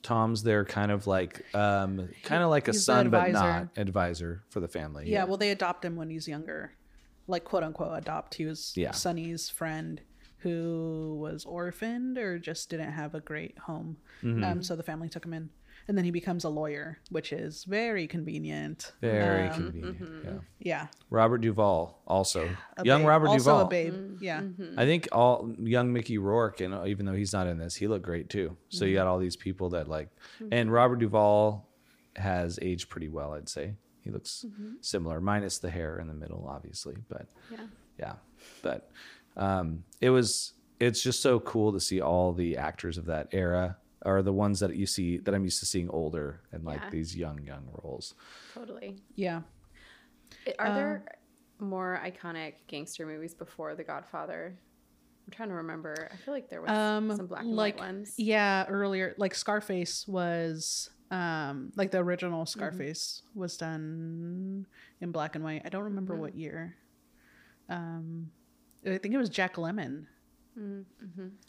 Tom's there kind of like um kind of like a
He's the
son but not
advisor.
advisor for the family.
Yeah, well, they adopt him when he's younger, like quote unquote adopt. He was
Yeah.
Sonny's friend who was orphaned or just didn't have a great home. Um, so the family took him in. And then he becomes a lawyer, which is very convenient.
Very convenient. Yeah.
Yeah.
Robert Duvall also.
a
Young
babe.
Robert
also
Duvall.
a babe. Mm-hmm. Yeah.
I think all young Mickey Rourke, and uh, even though he's not in this, he looked great too. So
Mm-hmm.
you got all these people that like, and Robert Duvall has aged pretty well, I'd say. He looks
Mm-hmm.
similar, minus the hair in the middle, obviously. But
yeah.
yeah, but um, it was. It's just so cool to see all the actors of that era, or the ones that you see that I'm used to seeing older and like
Yeah.
these young young roles.
Totally.
Yeah.
I- Are there
um,
more iconic gangster movies before The Godfather? I'm trying to remember. I feel like there was
Um,
some black and
like,
white ones.
Yeah, earlier, like Scarface was, um, like the original
Mm-hmm.
Scarface was done in black and white. I don't remember
Mm-hmm.
what year. Um, I think it was Jack Lemon.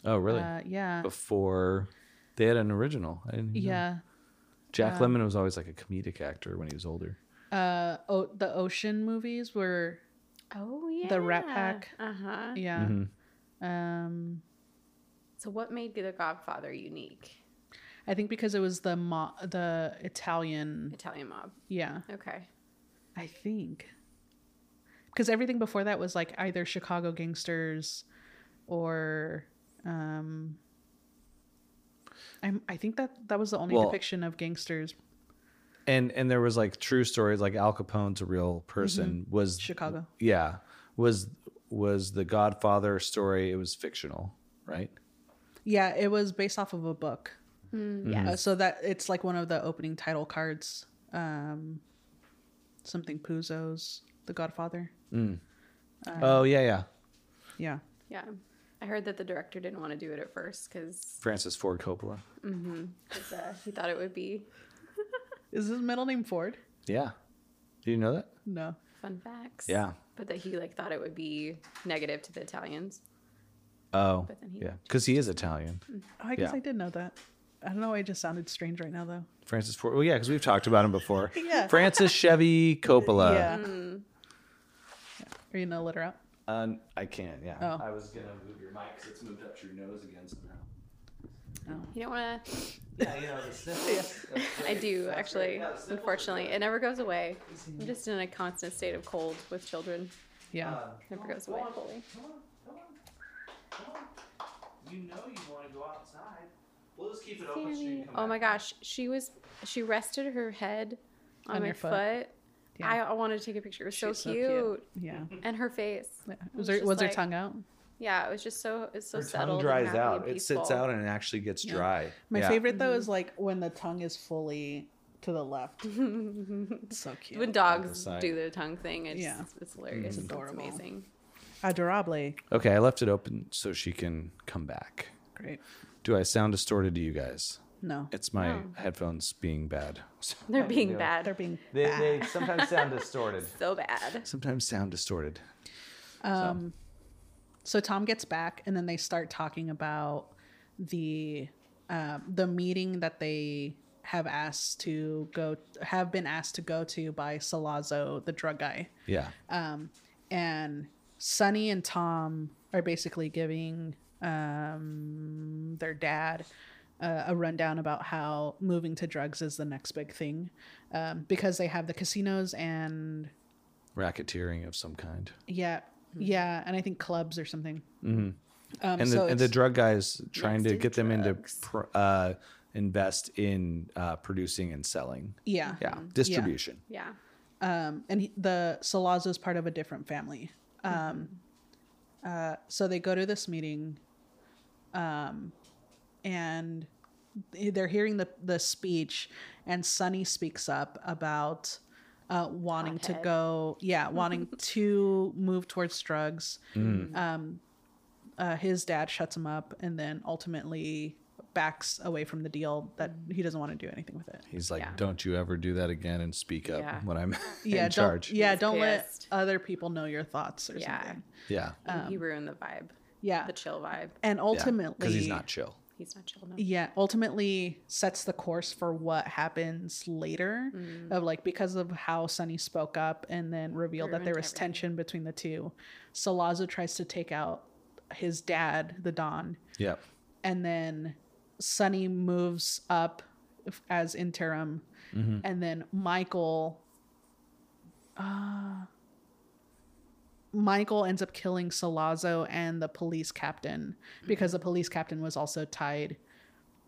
Oh, really?
Uh, yeah,
Before they had an original. I didn't even know.
yeah.
Jack Lemmon was always like a comedic actor when he was older.
Uh, oh, the Ocean movies were,
Oh yeah.
The Rat Pack.
Uh huh.
yeah. Um,
So what made The Godfather unique?
I think because it was the mo- the Italian,
Italian mob.
yeah.
Okay.
I think. Because everything before that was like either Chicago gangsters or um I'm, I think that that was the only
Well-
depiction of gangsters
And and there was like true stories like Al Capone's a real person
Mm-hmm.
was
Chicago.
Yeah. Was was the Godfather story it was fictional, right?
Yeah, it was based off of a book.
Mm-hmm.
yes.
Uh, so that it's like one of the opening title cards um something Puzo's The Godfather.
oh yeah, yeah.
Yeah.
Yeah. I heard that the director didn't want to do it at first because
Francis Ford Coppola.
uh, he thought it would be
Is his middle name Ford?
Yeah. Do you know that?
No.
fun facts.
Yeah.
But that he like thought it would be negative to the Italians.
Oh.
But then he-
Yeah. Cuz he is Italian.
Oh, I guess
Yeah.
I did know that. I don't know why it just sounded strange right now though.
Francis Ford. Well, yeah, cuz we've talked about him before.
<laughs> Yeah.
Francis
<laughs>
Chevy Coppola.
yeah. Are you gonna let her out?
Uh, I can't. Yeah.
Oh.
I was going to move your mic cuz it's moved up to your nose again somehow.
You don't want to.
Yeah, you know, the
I do actually. Unfortunately, it never goes away. I'm just in a constant state of cold with children.
Yeah.
Never goes away fully.
Come on, uh, come on, come on. You know you want to go outside. We'll just keep it open so you can come
Oh my
back.
gosh, she was she rested her head on,
On
my
your
foot.
foot.
I, I wanted to take a picture. It was so
She's so
cute.
cute. Yeah.
and her face.
Was,
It's
her
just
was her
like-
tongue out?
Yeah, it was just so it's so
Her
settled.
tongue
and
dries
happy
out.
and
It sits
peaceful.
out and it actually gets dry.
My
Yeah.
favorite though is like when the tongue is fully to the <laughs> left. It's so cute.
When
the
dogs
side.
do the tongue thing, it's
Yeah. Mm-hmm.
it's hilarious. It's,
adorable.
amazing.
Adorable.
Okay, I left it open so she can come back.
Great.
Do I sound distorted to you guys?
No.
It's my
No.
headphones being bad.
They're being
do it.
bad.
They're being
They,
<laughs>
bad.
they sometimes sound distorted.
so bad.
Sometimes sound distorted.
Um, so Tom gets back, and then they start talking about the uh, the meeting that they have asked to go have been asked to go to by Salazzo, the drug guy.
Yeah.
uh,
and Sonny and Tom are basically giving um, their dad uh, a rundown about how moving to drugs is the next big thing um, because they have the casinos and
Racketeering of some kind.
yeah,
Hmm.
yeah, and I think clubs or something. Mm-hmm. Um,
and the,
so
and the
it's-
drug guys trying to
do
get them into
drugs.
pr- uh, invest in uh, producing and selling
Mm-hmm. yeah,
yeah distribution
Yeah.
um, and he, the Salazzo is part of a different family. Um, uh, so they go to this meeting, um, and they're hearing the the speech, and Sunny speaks up about uh, wanting to
Hothead.
go, yeah, wanting to move towards drugs. Um, uh, his dad shuts him up, and then ultimately backs away from the deal that he doesn't want to do anything with it.
He's like,
Yeah.
"Don't you ever do that again and speak up
Yeah.
when I'm <laughs>
yeah,
in
don't,
charge."
Yeah,
He's
don't
pissed.
let other people know your thoughts or
Yeah.
something.
Yeah,
And he ruined the vibe,
Um, Yeah.
the chill vibe.
and ultimately,
because he's not chill.
He's not chill enough.
yeah, ultimately sets the course for what happens later
Mm.
of like because of how Sunny spoke up and then revealed that there
Ruined
was
everything.
tension between the two. Salazzo tries to take out his dad, the Don,
Yeah,
and then Sunny moves up f- as interim,
Mm-hmm.
and then Michael. Uh, Michael ends up killing Salazzo and the police captain because the police captain was also tied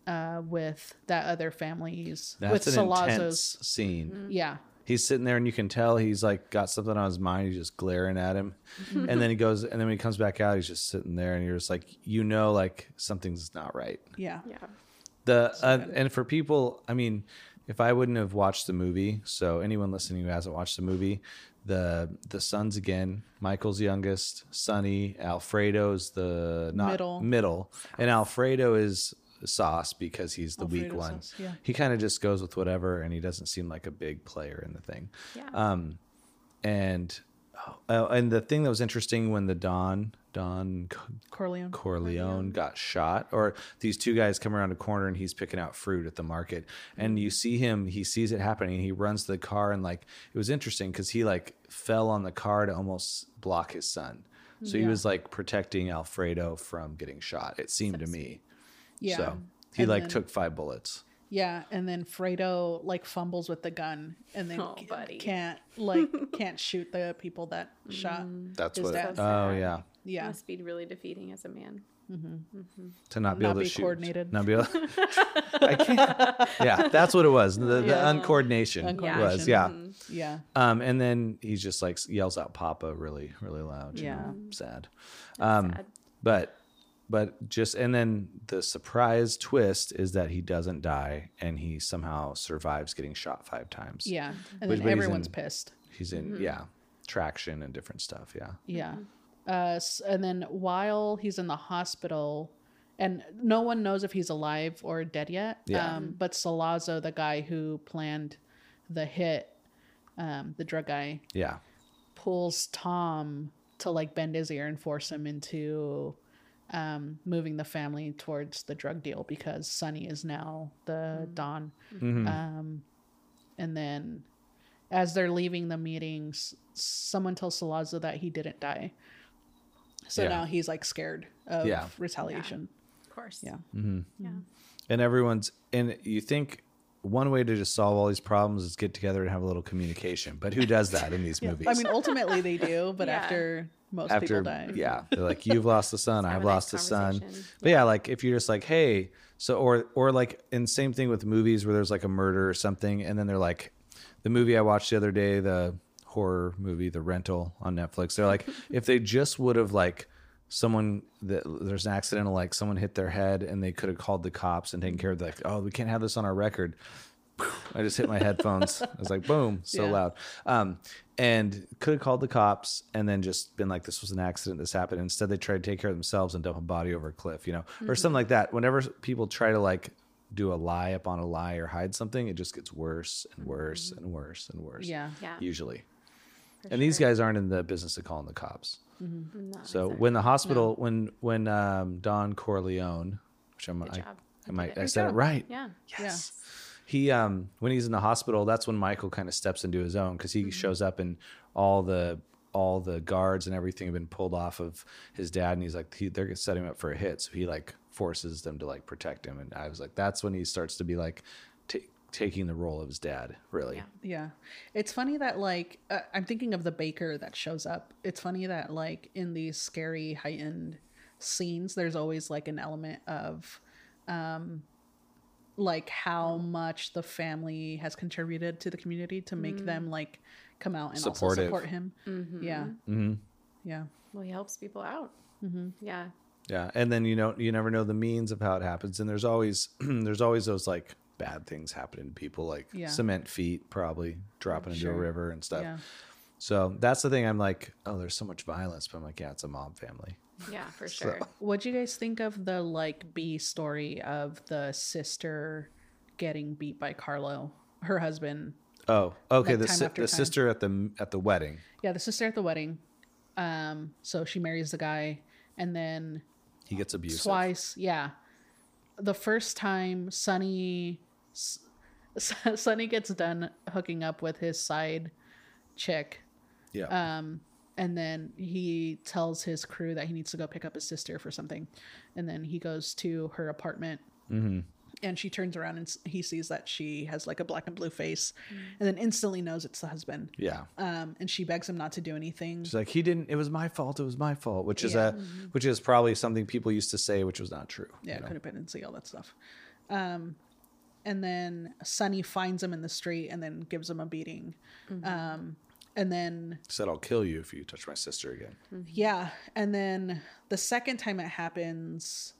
uh, with that other family's
that's
with Mm-hmm.
an
Salazzo's.
intense scene.
Yeah,
He's sitting there, and you can tell he's like got something on his mind. He's just glaring at him,
Mm-hmm.
and then he goes, and then when he comes back out, he's just sitting there, and you're just like, you know, like something's not right.
yeah,
Yeah.
The uh, and for people, I mean, if I wouldn't have watched the movie, so anyone listening who hasn't watched the movie, the the sons again, Michael's youngest, Sonny, Alfredo's the not
Middle.
middle, and Alfredo is sauce because he's the weak
Alfredo
one.
Sauce, yeah.
He kind of just goes with whatever, and he doesn't seem like a big player in the thing
Yeah.
Um, and oh, and the thing that was interesting when the Don Don
Corleone.
Corleone got shot, or these two guys come around a corner and he's picking out fruit at the market, and you see him, he sees it happening, he runs to the car, and like it was interesting because he like fell on the car to almost block his son, so he
Yeah.
was like protecting Alfredo from getting shot. It seemed to me,
yeah.
so he
And
like
then-
took five bullets.
Yeah, and then Fredo like fumbles with the gun and then
Oh,
c-
buddy.
can't like can't shoot the people that shot.
That's
His
what.
dad-
It, oh yeah,
Yeah.
Must be really defeating as a man.
to not be
Not
able to
be
shoot.
coordinated.
Not be
<laughs>
able. <laughs> I can't. Yeah, that's what it was. The, the
Yeah.
uncoordination,
Uncoordination. Mm-hmm.
was. Yeah.
Mm,
Yeah.
Um, and then he just like yells out "Papa" really, really loud. you
Yeah.
know, sad. Um,
Sad.
but, but just and then the surprise twist is that he doesn't die and he somehow survives getting shot five times.
Yeah. Mm-hmm. And
Which-
then
but he's
everyone's
in-
pissed.
He's in yeah traction and different stuff. Yeah.
Yeah. Uh, s- and then while he's in the hospital, and no one knows if he's alive or dead yet.
Yeah.
Um, but Salazzo, the guy who planned the hit, um, the drug guy,
Yeah.
pulls Tom to like bend his ear and force him into um, moving the family towards the drug deal because Sonny is now the Don.
Mm-hmm.
Um, and then as they're leaving the meetings, someone tells Salazzo that he didn't die. So
Yeah.
now he's like scared of
Yeah.
retaliation.
Of course.
Yeah.
Yeah.
and everyone's and you think one way to just solve all these problems is get together and have a little communication but who does that in
<laughs>
these movies
I mean, ultimately they do, but
Yeah.
after most
after
people die. <laughs>
yeah they're like you've lost the son i've
have a nice
lost the son
conversation.
but yeah like if you're just like hey so or or like and same thing with movies where there's like a murder or something and then they're like the movie i watched the other day the horror movie the rental on netflix they're like if they just would have like someone that there's an accident like someone hit their head and they could have called the cops and taken care of like oh we can't have this on our record I just hit my headphones. I was like, boom, so
Yeah.
loud. Um, and could have called the cops and then just been like, this was an accident. This happened. Instead, they tried to take care of themselves and dump a body over a cliff, you know,
Mm-hmm.
or something like that. Whenever people try to like do a lie upon a lie or hide something, it just gets worse and worse and worse and worse.
Mm-hmm. Yeah.
Yeah.
Usually. And these guys aren't in the business of calling the cops.
Mm-hmm.
No,
So
exactly.
when the hospital, when, when um, Don Corleone, which I'm, I,
job.
I,
You
might,
did it.
I
Good
said it right.
yeah.
Yes. He um when he's in the hospital, that's when Michael kind of steps into his own because he shows up and all the all the guards and everything have been pulled off of his dad, and he's like he, they're gonna set him up for a hit, so he like forces them to like protect him, and I was like that's when he starts to be like ta taking the role of his dad, really.
Yeah.
Yeah. It's funny that, like, uh, I'm thinking of the baker that shows up. It's funny that, like, in these scary, heightened scenes, there's always, like, an element of, um, like, how much the family has contributed to the community to make them, like, come out and also
Supportive.
support him. Yeah. Yeah.
Well, he helps people out.
Mm-hmm.
Yeah.
Yeah, and then you know you never know the means of how it happens, and there's always <clears throat> there's always those like bad things happening to people, like
Yeah.
cement feet probably dropping into a
Sure.
river and stuff.
Yeah.
So that's the thing. I'm like, oh, there's so much violence, but I'm like, yeah, it's a mob family.
Yeah, for sure.
What do you guys think of the like B story of the sister getting beat by Carlo, her husband?
Oh, okay.
Like
the
time
si-
after
the
time.
sister at the at the wedding.
Yeah, the sister at the wedding. Um, so she marries the guy, and then
He gets abusive.
twice, yeah. The first time Sonny, S- <laughs> Sonny gets done hooking up with his side chick,
Yeah.
Um, and then he tells his crew that he needs to go pick up his sister for something. And then he goes to her apartment. And she turns around and s- he sees that she has like a black and blue face and then instantly knows it's the husband.
yeah.
Um, and she begs him not to do anything.
She's like, he didn't. It was my fault. It was my fault, which is
Yeah.
a, Mm-hmm. which is probably something people used to say, which was not true.
yeah,
you know?
codependency, all that stuff. Um, and then Sonny finds him in the street and then gives him a beating. Um, and then
said I'll kill you if you touch my sister again.
Yeah, and then the second time it happens,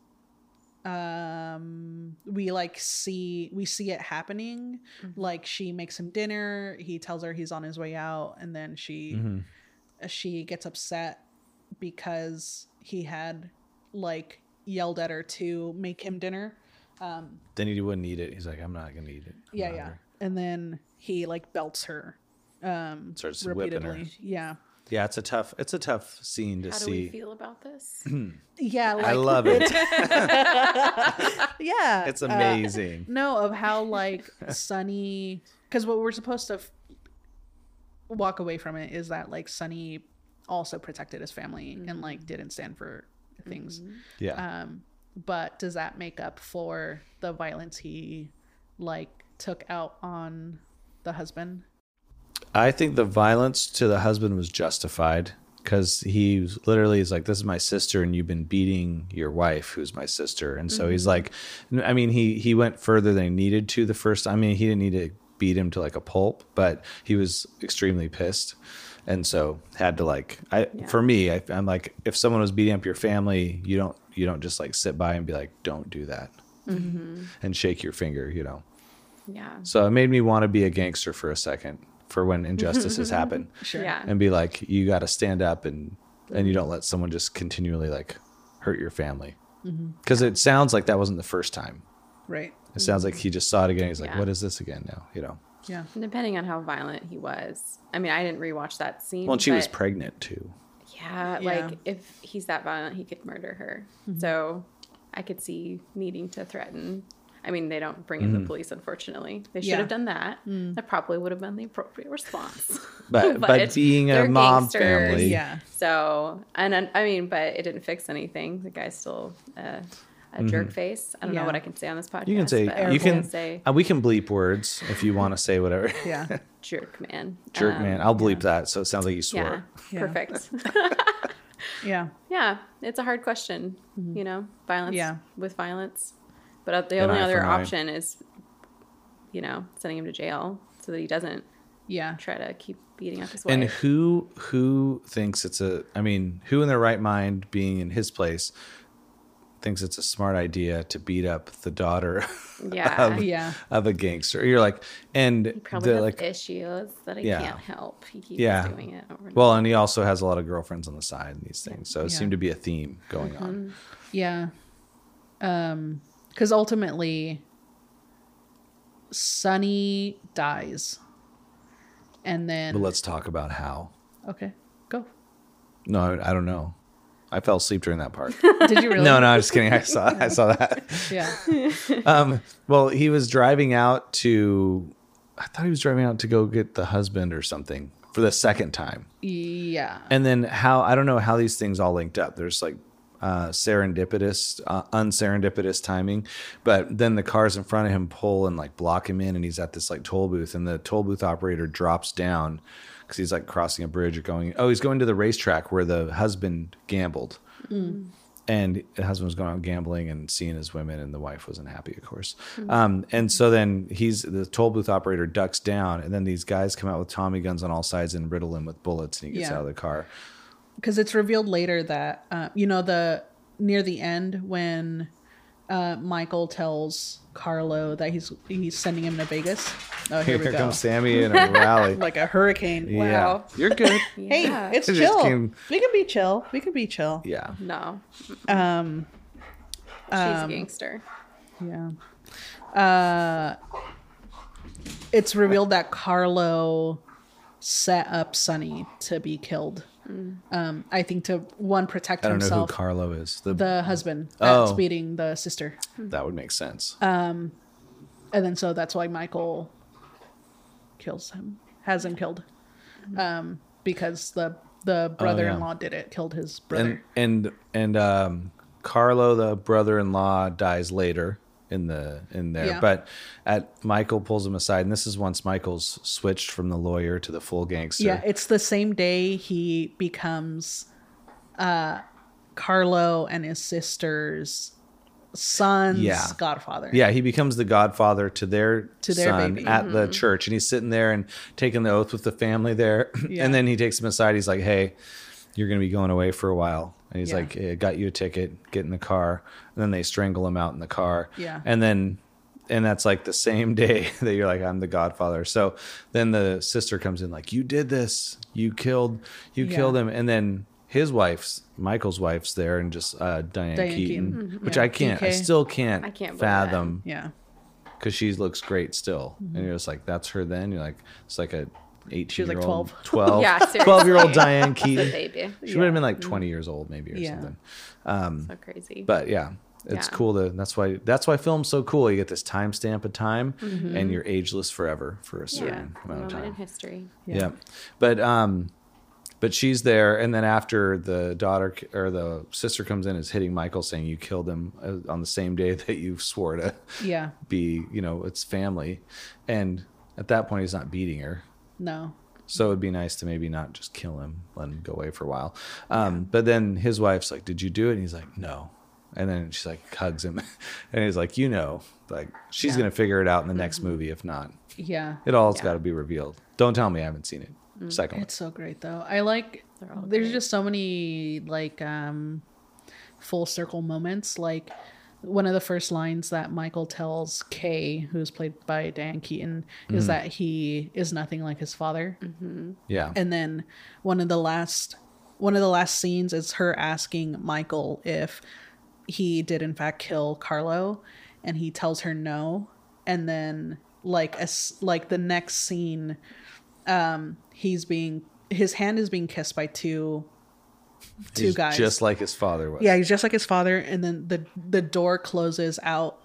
um, we like see we see it happening. Like she makes him dinner. He tells her he's on his way out, and then she she gets upset because he had like yelled at her to make him dinner.
Then he wouldn't eat it. He's like, I'm not gonna eat it. I'm
Yeah,
not
yeah.
hungry."
And then he like belts her
Starts whipping her.
repeatedly. Yeah.
Yeah, it's a tough. It's a tough scene to
How do we
see.
feel about
<clears throat>
this?
Yeah,
I
like
love
<laughs>
it.
yeah.
Uh,
It's amazing.
No, of
<laughs>
how like Sunny, because what we're supposed to f- walk away from it is that like Sunny also protected his family and
Mm-hmm.
like didn't stand for things.
uh,
yeah,
Um, but does that make up for the violence he like took out on the husband?
I think the violence to the husband was justified because he was- literally is like, "This is my sister, and you've been beating your wife, who's my sister." And so he's like, I mean, he he went further than he needed to the first. I mean, he didn't need to beat him to like a pulp, but he was extremely pissed. And so had to like, I for me, I, I'm like, if someone was beating up your family, you don't you don't just like sit by and be like, don't do that, and shake your finger, you know.
Yeah.
So it made me want to be a gangster for a second for
Mm-hmm,
when injustices happen
Sure.
Yeah.
and be like, you got to stand up and, and you don't let someone just continually like hurt your family.
Mm-hmm.
Because it sounds like that wasn't the first time.
Right.
It sounds like he just saw it again. He's like,
Mm-hmm. Yeah.
what is this again now? You know?
Yeah.
And depending on how violent he was. I mean, I didn't rewatch that scene.
Well, and she was
but
pregnant too.
yeah,
Yeah. Mm-hmm.
like if he's that violent, he could murder her. So I could see needing to threaten. I mean, they don't bring in
Mm-hmm.
the police, unfortunately. They should
Yeah. Mm.
have done that. That probably would have been the appropriate response. <laughs>
But, but, being a
they're
mob
gangsters.
family.
Yeah.
So, and then- I mean, but it didn't fix anything. The guy's still uh, a jerk face. I don't
Yeah.
know what I can say on this podcast.
Mm-hmm. You can say,
but I
you
can
can,
say
uh, we can bleep words if you want to say whatever. <laughs>
Yeah.
jerk man.
Jerk
Um,
man. I'll bleep that. So it sounds like you swore.
Yeah,
Yeah.
perfect. <laughs>
<laughs>
Yeah.
yeah, it's a hard question, you know, violence
Mm-hmm. Yeah.
with violence. But uh, the
An
only
eye for
other
an eye.
option is, you know, sending him to jail so that he doesn't
Yeah.
try to keep beating up his wife.
And <laughs> who who thinks it's a I mean, who in their right mind being in his place thinks it's a smart idea to beat up the daughter <laughs>
yeah,
of,
Yeah.
of a gangster? You're like and
he probably
they're
has
like
issues that he
Yeah.
can't help. He keeps
Yeah.
doing it. Over and
well, and he also has a lot of girlfriends on the side and these things. So it
Yeah.
seemed to be a theme going on.
Mm-hmm.
Yeah. Um cuz ultimately Sunny dies. And
But
then
let's talk about how.
Okay. Go.
No, I, I don't know. I fell asleep during that
<laughs>
part. <laughs>
Did you really?
No, no, I'm just kidding. I saw I saw that.
Yeah.
Um, well, he was driving out to. I thought he was driving out to go get the husband or something for the second time.
Yeah.
And then how I don't know how these things all linked up. There's like uh, serendipitous, uh, unserendipitous timing, but then the cars in front of him pull and like block him in, and he's at this like toll booth, and the toll booth operator drops down because he's like crossing a bridge or going. Oh, he's going to the racetrack where the husband gambled. and the husband was going out gambling and seeing his women, and the wife wasn't happy, of course.
Mm-hmm.
Um, and so then he's the toll booth operator ducks down, and then these guys come out with Tommy guns on all sides and riddle him with bullets, and he gets
Yeah.
out of the car.
because it's revealed later that uh, you know the near the end when uh, Michael tells Carlo that he's he's sending him to Vegas. Oh, here,
Here,
we go.
comes Sammy in a
<laughs>
rally.
Like a hurricane.
Yeah,
Wow.
you're
<laughs>
good.
Hey,
Yeah.
it's
It just
chill.
came-
We can be chill. We can be chill.
Yeah,
No,
Um,
she's a gangster.
yeah. Uh, it's revealed that Carlo set up Sonny to be killed. Um, I think to one protect
I don't know
himself.
who Carlo is. The,
the husband
Oh.
that's beating the sister.
that would make sense.
And then so that's why Michael kills him, has him killed. Um, because the the brother in law did it, killed his
Oh, and
brother.
and and um, Carlo, the brother-in-law, dies later in the in there.
Yeah.
But at Michael pulls him aside, and this is once Michael's switched from the lawyer to the full gangster.
yeah, it's the same day he becomes uh Carlo and his sister's son's
Yeah.
godfather.
Yeah, he becomes the godfather to their
To their
son
baby. Mm-hmm.
at the church, and he's sitting there and taking the oath with the family there. <laughs>
Yeah.
And then he takes him aside. He's like, "Hey, you're going to be going away for a while." And he's
Yeah.
like, hey, I "Got you a ticket. Get in the car." And then they strangle him out in the car.
Yeah.
And then, and that's like the same <laughs> day that you're like, "I'm the godfather." So then the sister comes in like, "You did this. You killed. You
Yeah.
killed him." And then. His wife's Michael's wife's there, and just uh, Diane,
Diane
Keaton,
Keaton. Mm-hmm.
which
Yeah.
I can't, I
DK.
still can't,
I can't believe that.
fathom
Yeah.
because she looks great still. And you're just like, that's her then? You're like, it's like a 18
was like
year <laughs> old,
12.
12,
Yeah,
12 year old
seriously.
Diane
The
Keaton.
baby,
She would have been like 20 years old maybe or
Yeah.
something.
so crazy.
But yeah, it's
Yeah.
cool to, that's why, that's why film's so cool. You get this timestamp of time and you're ageless forever for a
Mm-hmm. yeah,
certain
a
amount of
moment in
time.
history.
Yeah. But, um, but she's there, and then after the daughter c- or the sister comes in, is hitting Michael, saying you killed him uh, on the same day <laughs> that you swore to
Yeah.
be, you know, it's family. And at that point, he's not beating her.
No.
So it'd be nice to maybe not just kill him, let him go away for a while. Um, But then his wife's like, Did you do it? And he's like, No. And then she's like, hugs him. <laughs> and he's like, You know, like she's going to figure it out in the next movie. If not,
Mm-hmm. Yeah. Mm.
it all's got to be revealed. Don't tell me I haven't seen it. Second one.
It's so great though. I like
all
there's
great.
just so many like um full circle moments like one of the first lines that Michael tells Kay, who's played by Dan Keaton,
Mm.
is that he is nothing like his father.
Mm-hmm.
Yeah.
And then one of the last one of the last scenes is her asking Michael if he did in fact kill Carlo and he tells her no and then like as like the next scene um he's being his hand is being kissed by two two
He's
guys
Just like his father was
yeah he's just like his father and then the the door closes out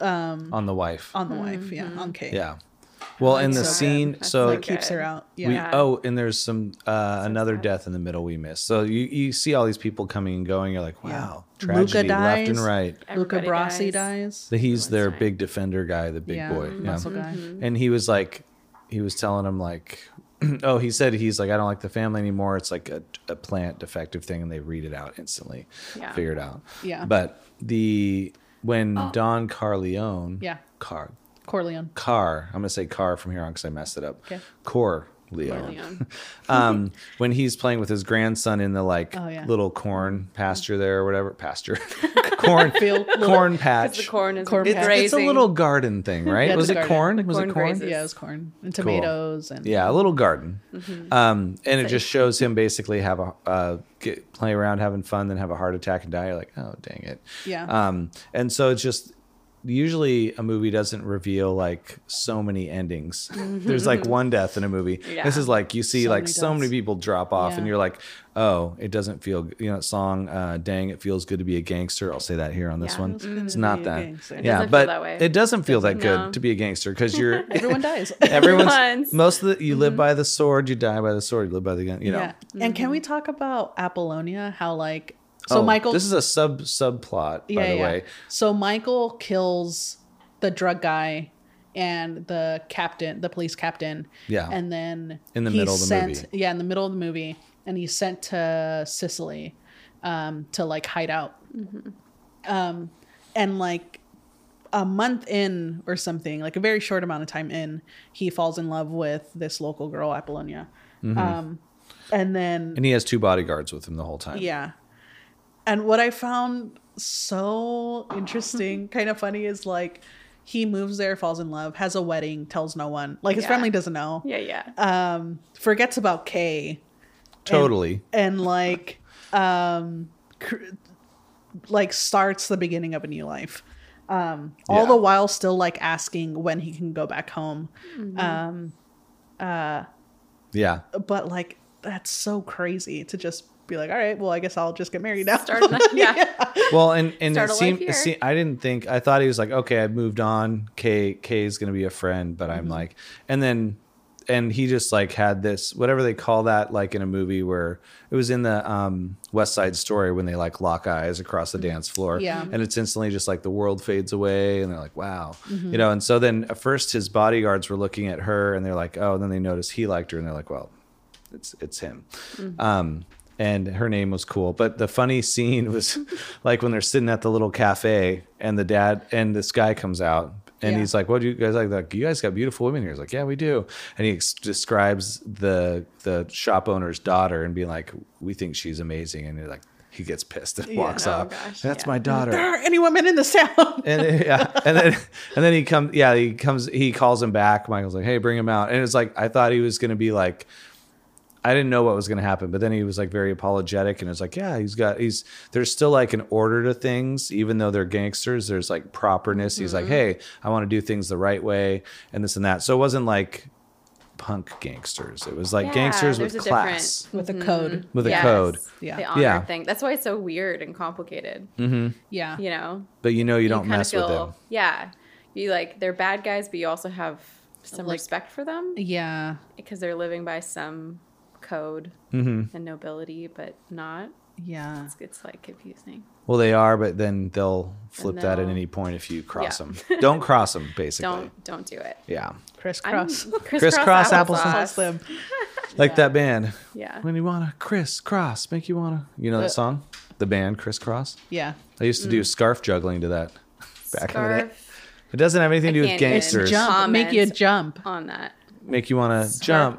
on the wife.
on the wife yeah on Kate
yeah. Well, in the
Oh. so good.
scene,
That's
so
so
that keeps her
Good.
out
We,
yeah
oh, and there's some uh, another death in the middle we missed. So you, you see all these people coming and going. You're like, wow, tragedy
Luca
left and
dies.
right.
Luca
Everybody dies.
Brasi dies,
So He's their
dying.
big defender guy, the big
yeah
boy. Yeah.
muscle guy
And he was like, he was telling him like, <clears throat> oh, he said he's like, I don't like the family anymore. It's like a, a plant defective thing, and they read it out instantly,
Yeah.
figure it out.
Yeah. Oh.
But the when Don Carleone,
Yeah.
Car,
Corleone
Car, I'm gonna say Car from here on because I messed it up.
Okay.
Core
Leon.
<laughs> um, when he's playing with his grandson in the like
Oh, yeah.
little corn pasture there or whatever
<laughs>
pasture <laughs> corn
Field, little-
corn
'Cause
patch.
the corn is
Corn patch.
it's, it's a
grazing.
little garden thing, right?
<laughs> Yeah, it's
was
a
it
garden.
corn? Was
Corn
it corn?
grazes.
Yeah, it was corn and tomatoes and
Yeah, a little garden.
Mm-hmm.
Um, and it just shows him basically have a uh, get, play around, having fun, then have a heart attack and die. You're like, oh dang it.
Yeah.
Um, and so it's just usually a movie doesn't reveal like so many endings. There's like one death in a movie.
Yeah.
This is like you see
Mm-hmm. So
like
many
so many
deaths.
people drop off, and
Yeah.
you're like, oh, it doesn't feel g-" you know that song. Uh, dang, it feels good to be a gangster. I'll say that here on this
Yeah.
one.
Feels good
It's
to
not
be a
that.
gangster. It
Yeah,
doesn't feel
but
that way.
it doesn't feel that good
No.
to be a gangster because
<laughs>
you're
everyone
<laughs>
dies. <laughs>
Everyone's
Everyone's-
most of the you live by the sword, you die by the sword, you live by the gun. You know.
Mm-hmm. Yeah. Mm-hmm. And can we talk about Apollonia? How like so
Oh,
Michael
This is a sub subplot, by the way.
So Michael kills the drug guy and the captain, the police captain.
Yeah.
And then
In the
he's
middle of the
sent,
movie.
Yeah, in the middle of the movie, and he's sent to Sicily, um, to like hide out.
Mm-hmm.
Um, and like a month in or something, like a very short amount of time in, he falls in love with this local girl, Apollonia. Um, and then
Mm-hmm. And he has two bodyguards with him the whole time.
yeah. And what I found so
<laughs>
interesting, kind of funny, is like he moves there, falls in love, has a wedding, tells no one. Like his
Yeah.
family doesn't know.
Yeah, yeah.
Um, forgets about Kay
Totally.
and like um cr- like starts the beginning of a new life um all
Yeah.
the while still like asking when he can go back home um
yeah.
but like that's so crazy to just be like all right well i guess i'll just get married now <laughs>
Start a life- <laughs> yeah.
Well, and and it
Start a life
seemed,
here.
it seemed I didn't think I thought he was like okay I moved on K K is gonna be a friend but
Mm-hmm.
I'm like and then and he just like had this whatever they call that like in a movie where it was in the um, West Side Story when they like lock eyes across the dance floor
Mm-hmm. Yeah.
Mm-hmm.
and it's instantly just like the world fades away and they're like wow
Mm-hmm.
you know and so then at first his bodyguards were looking at her and they're like oh and then they notice he liked her and they're like well it's it's him.
Mm-hmm.
Um, and her name was cool. But the funny scene
<laughs>
was like when they're sitting at the little cafe and the dad and this guy comes out and
Yeah.
he's like, "What do you guys like? They're like, you guys got beautiful women here." He's like, "Yeah, we do." And he ex- describes the the shop owner's daughter and being like, "We think she's amazing." And they're like, he gets pissed and walks
Oh,
off.
gosh,
That's
yeah.
my daughter
there aren't any women in this town
<laughs> and then- yeah, and then and then he comes. Yeah, he comes. He calls him back. Michael's like, "Hey, bring him out." And it's like I thought he was gonna be like, I didn't know what was gonna happen, but then he was like very apologetic, and it's like, yeah, he's got he's there's still like an order to things, even though they're gangsters. There's like properness. He's like, hey, I want to do things the right way, and this and that. So it wasn't like punk gangsters. It was like
Yeah,
gangsters with
there's a
class.
with a code
With a code.
Yeah.
The honor
Yeah.
thing. That's why it's so weird and complicated.
yeah
You know?
But you know you, don't
kinda
mess with them.
Yeah. You like they're bad guys, but you also have some
Like-
respect for them
yeah
because they're living by some code
Mm-hmm.
and nobility, but not.
yeah
It's, it's like confusing.
Well, they are, but then they'll flip that at
they'll-
any point if you cross them. <laughs> Don't cross them, basically.
Don't don't do it.
Yeah.
I'm-
crisscross
Crisscross
Cross them.
Like that band.
Yeah.
When you wanna crisscross, make you wanna. You know that
Uh,
song? The band crisscross.
yeah
I used to do scarf juggling to that <laughs> back in the day.
mm. Scarf
It doesn't have anything to do with
can't even-
gangsters.
There's
jump make you
comments.
jump
on that.
Make you wanna
Scarf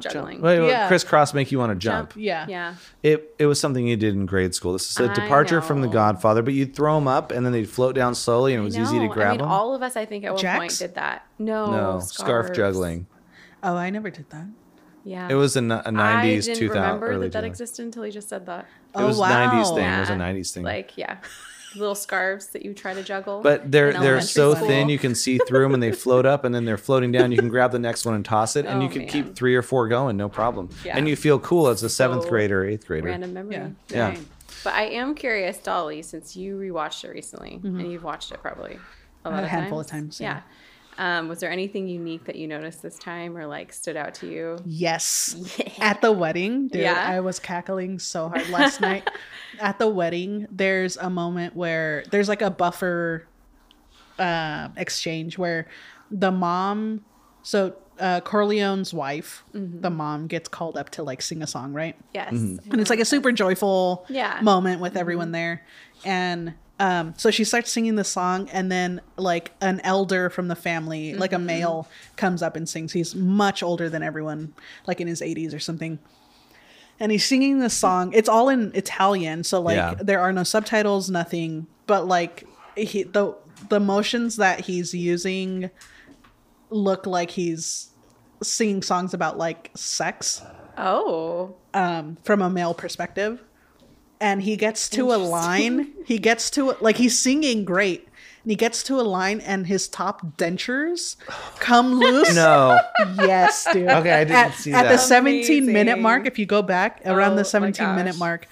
jump.
juggling.
jump. Wait, wait,
Yeah.
Crisscross make you wanna jump.
yeah
Yeah.
It it was something you did in grade school. This is a
I
departure from The
know.
Godfather, but you'd throw them up and then they'd float down slowly and it was easy to
No,
grab
I mean,
them.
all of us, I think, at one point
Jacks?
did that. No.
no, scarf
scarves.
juggling.
oh i never did that
Yeah.
It was in the- a 90s,
I didn't
2000,
remember
early
that that
2000s.
existed until he just said that.
It
Oh,
was a 90s
wow.
thing. It was a
Yeah.
90s thing.
Like, yeah, little scarves that you try to juggle.
But they're
in
they're
elementary
so
school.
thin you can see through them, and
<laughs>
they float up, and then they're floating down. You can grab the next one and toss it, and
Oh,
you could
man.
keep three or four going, no problem.
Yeah.
And you feel cool as a seventh
So
grader, eighth grader.
Random memory.
yeah
Yeah.
Dang.
But I am curious, Dolly, since you rewatched it recently, and you've watched it probably a lot
Mm-hmm. A
of
handful of
times.
times, yeah.
Yeah. Um, was there anything unique that you noticed this time, or like stood out to you?
Yes. At the wedding, dude,
Yeah.
I was cackling so hard
<laughs>
last night. At the wedding, there's a moment where there's like a buffer uh, exchange where the mom, so uh, Corleone's wife,
Mm-hmm.
the mom gets called up to like sing a song, right?
Yes.
and it's like a super joyful
Yeah. Mm-hmm.
moment with everyone there and um so she starts singing the song and then like an elder from the <laughs> family like a male comes up and sings he's much older than everyone like in his 80s or something and he's singing this song it's all in italian so like
Yeah.
there are no subtitles nothing but like he the the motions that he's using look like he's singing songs about like sex
Oh,
um, from a male perspective. And he gets to a line. He gets to like he's singing great, and he gets to a line, and his top
<sighs>
dentures come
<laughs>
loose.
No,
Yes, dude.
<laughs> okay, I didn't
At,
see
at the
that.
17 minute
Amazing.
mark, if you go back around
Oh my
the 17 minute
gosh.
mark,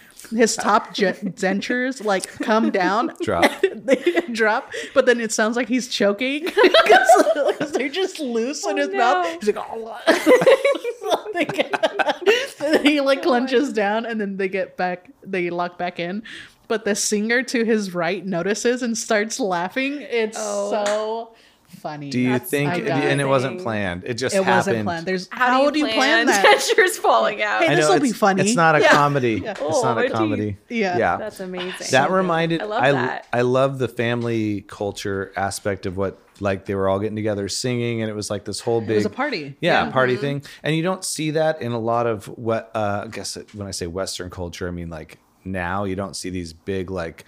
<laughs>
his top je- dentures like come down,
<laughs> Drop.
they <laughs> drop, but then it sounds like he's choking <laughs> because they're just loose in
Oh,
his mouth.
no.
He's like, oh. <laughs> They get- and then he like lunges down, and then they get back, they lock back in. But the singer to his right notices and starts laughing. It's
Oh.
so funny.
Do you
That's
think?
my
And it
God.
wasn't planned. It just
it
happened.
wasn't planned. There's how, do you
<laughs>
plan, that?
Teachers falling out.
I
Hey,
know,
this'll
it's-
be funny.
It's not a
Yeah.
comedy.
Yeah.
It's
Oh,
not
my
a
teeth.
comedy.
Yeah.
Yeah.
That's amazing.
that reminded
I love
I,
that.
I love the family culture aspect of what like they were all getting together singing and it was like this whole big
It was a party.
yeah, party
mm-hmm.
thing and you don't see that in a lot of what uh, i guess it- when i say western culture i mean like now you don't see these big like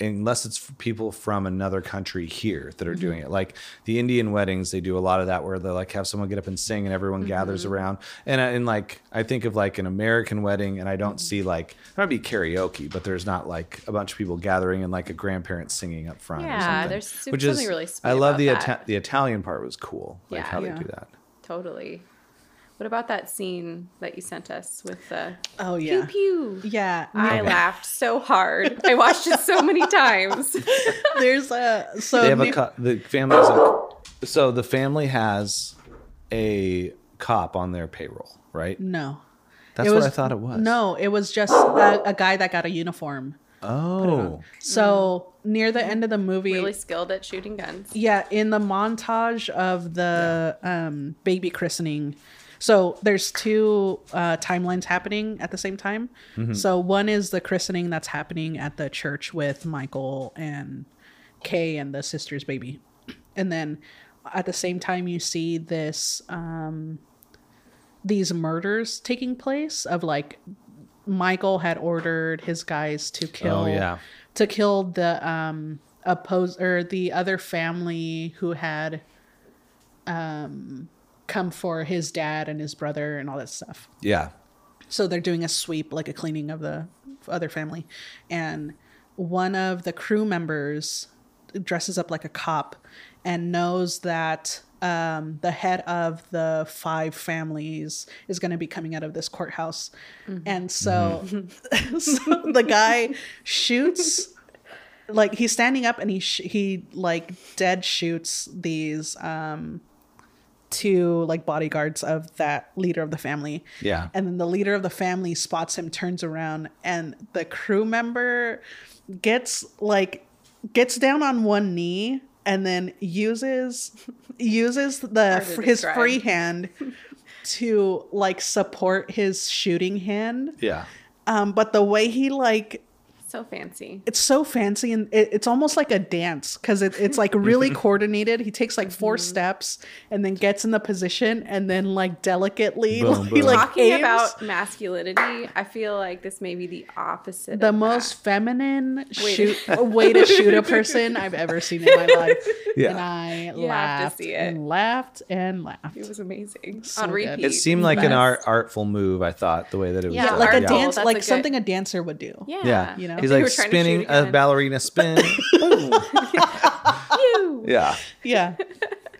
unless it's f- people from another country here that are
Mm-hmm.
doing it like the indian weddings they do a lot of that where they like have someone get up and sing and everyone gathers
Mm-hmm.
around and I- and like i think of like an american wedding and i don't
Mm-hmm.
see like there might be karaoke but there's not like a bunch of people gathering and like a grandparent singing up front or
Yeah,
something
there's su- something really sweet
i love
about
the
that.
Ita- the italian part was cool like
Yeah.
how
Yeah.
they do that
Totally. What about that scene that you sent us with the
Oh yeah.
pew pew?
Yeah.
I laughed so hard. I watched it so
<laughs>
many times.
There's a so
they have a
New-
cop. The family has a, so the family has a cop on their payroll, right?
no.
That's
Mm. It
what
was-
I thought it was.
No, it was just a, a guy that got a uniform.
Oh,
So near the end of the movie,
really skilled at shooting guns.
yeah, in the montage of the um, baby christening, so there's two uh, timelines happening at the same time. So one is the christening that's happening at the church with Michael and Kay and the sister's baby, and then at the same time you see this um, these murders taking place of like Michael had ordered his guys to kill
Oh, yeah.
to kill the um oppose or the other family who had um come for his dad and his brother and all that stuff.
yeah.
So they're doing a sweep, like a cleaning of the other family. And one of the crew members dresses up like a cop and knows that um, the head of the five families is going to be coming out of this courthouse. And so, <laughs> so the guy shoots. Like he's standing up and he sh- he like dead shoots these um two like bodyguards of that leader of the family.
Yeah.
And then the leader of the family spots him, turns around, and the crew member gets like gets down on one knee and then uses uses the
Hard to
his
describe.
free hand to like support his shooting hand.
Yeah.
Um, but the way he like
So fancy.
it's so fancy and it, it's almost like a dance because it, it's like
<laughs>
really coordinated he takes like 4
Mm-hmm.
steps and then gets in the position and then like delicately
Boom,
he
boom.
like
Talking
aims
about masculinity, I feel like this may be the opposite.
the
of
most feminine
Wait.
shoot way to shoot
<laughs>
a person i've ever seen in my life
<laughs> Yeah.
and i
You have to
laughed
see it.
and laughed and laughed
That. It was amazing.
So
On
good.
repeat.
It seemed like an
Yes.
art, artful move. I thought the way that it was.
Yeah,
yeah
done.
like a
Artful,
dance
Oh, that's
like
a good-
something a dancer would do
Yeah.
Yeah.
you know?
He's
They
like
were trying to shoot
spinning a
gun.
ballerina
<laughs>
spin. Boom.
Phew.
<laughs> yeah.
<laughs>
yeah